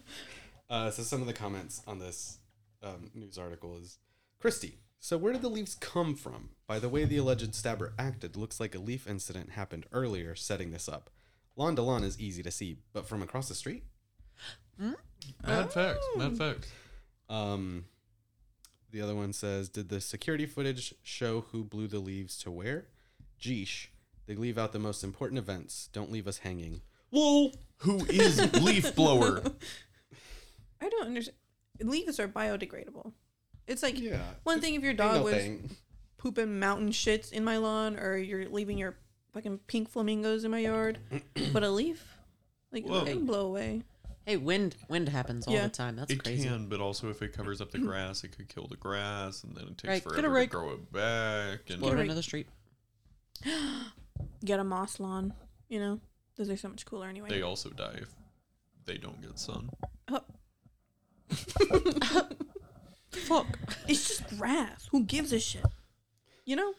[SPEAKER 6] Uh, so some of the comments on this um, news article is Christy. So where did the leaves come from? By the way, the alleged stabber acted looks like a leaf incident happened earlier, setting this up. Lawn to lawn is easy to see, but from across the street.
[SPEAKER 5] Oh.
[SPEAKER 3] Mad fact. Mad fact.
[SPEAKER 6] Um, the other one says, did the security footage show who blew the leaves to where? Jeesh, they leave out the most important events. Don't leave us hanging.
[SPEAKER 3] Whoa. Who is leaf blower?
[SPEAKER 4] I don't understand. Leaves are biodegradable. It's like
[SPEAKER 6] Yeah,
[SPEAKER 4] one
[SPEAKER 6] it's
[SPEAKER 4] thing if your dog was pooping mountain shits in my lawn, or you're leaving your fucking pink flamingos in my yard, but a leaf, like
[SPEAKER 3] Whoa.
[SPEAKER 4] they blow away.
[SPEAKER 5] Hey, wind wind happens all
[SPEAKER 4] Yeah.
[SPEAKER 5] the time. That's
[SPEAKER 3] It
[SPEAKER 5] crazy.
[SPEAKER 3] can, but also if it covers up the grass, it could kill the grass, and then it takes
[SPEAKER 5] Right, get a
[SPEAKER 3] forever to
[SPEAKER 5] rake.
[SPEAKER 3] grow it back. And
[SPEAKER 5] Get
[SPEAKER 4] Right.
[SPEAKER 5] into the street.
[SPEAKER 4] Get a moss lawn, you know. Those are so much cooler anyway.
[SPEAKER 3] they also die if they don't get sun.
[SPEAKER 4] Oh,
[SPEAKER 5] Fuck.
[SPEAKER 4] it's just grass. Who gives a shit? You know,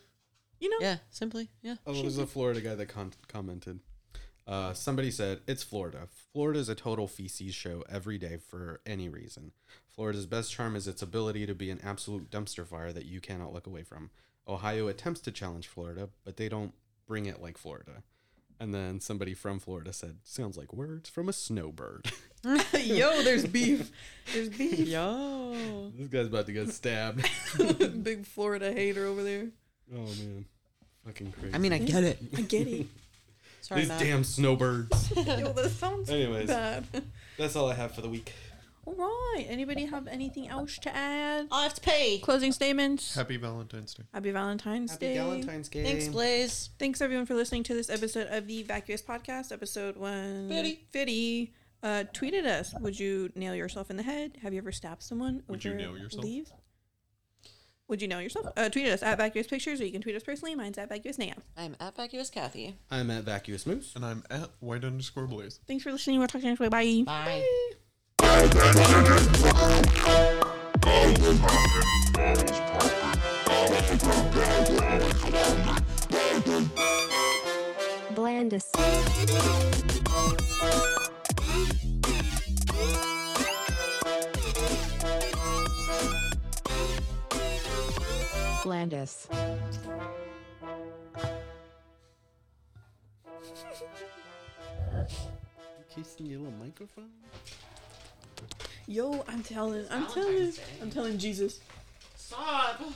[SPEAKER 4] you know.
[SPEAKER 5] Yeah, simply. Yeah.
[SPEAKER 6] Oh, it was a Florida guy that con- commented. Uh, somebody said, It's Florida. Florida's a total feces show every day for any reason. Florida's best charm is its ability to be an absolute dumpster fire that you cannot look away from. Ohio attempts to challenge Florida, but they don't bring it like Florida. And then somebody from Florida said, Sounds like words from a snowbird.
[SPEAKER 4] Yo, there's beef. There's beef.
[SPEAKER 5] Yo.
[SPEAKER 6] this guy's about to get stabbed.
[SPEAKER 4] Big Florida hater over there.
[SPEAKER 6] oh, man. Fucking crazy.
[SPEAKER 5] I mean, I get it.
[SPEAKER 4] I get it.
[SPEAKER 5] Sorry,
[SPEAKER 6] these
[SPEAKER 5] Matt.
[SPEAKER 6] damn snowbirds.
[SPEAKER 4] Yo, that sounds
[SPEAKER 6] Anyways.
[SPEAKER 4] bad.
[SPEAKER 6] That's all I have for the week.
[SPEAKER 4] All right. Anybody have anything else to add?
[SPEAKER 7] I have to pay.
[SPEAKER 4] Closing statements.
[SPEAKER 3] Happy Valentine's Day.
[SPEAKER 4] Happy Valentine's
[SPEAKER 6] Happy
[SPEAKER 4] Day.
[SPEAKER 6] Valentine's game.
[SPEAKER 7] Thanks, Blaze.
[SPEAKER 4] Thanks everyone for listening to this episode of the Vacuous Podcast, episode one
[SPEAKER 7] Fitty.
[SPEAKER 4] Fitty, uh, tweeted us. Would you nail yourself in the head? Have you ever stabbed someone?
[SPEAKER 3] Would you
[SPEAKER 4] over
[SPEAKER 3] nail yourself?
[SPEAKER 4] Leaves? Would you nail yourself? Uh, tweeted us at Vacuous Pictures, or you can tweet us personally. Mine's at Vacuous Nam.
[SPEAKER 5] I'm at vacuous Kathy.
[SPEAKER 6] I'm at Vacuous Moose.
[SPEAKER 3] And I'm at white underscore blaze.
[SPEAKER 4] Thanks for listening. We'll talk to you next week. Bye.
[SPEAKER 7] Bye.
[SPEAKER 8] Blandis. Blandis.
[SPEAKER 6] Casing your little microphone.
[SPEAKER 4] Yo, I'm telling, I'm telling, I'm telling Jesus.
[SPEAKER 6] Stop.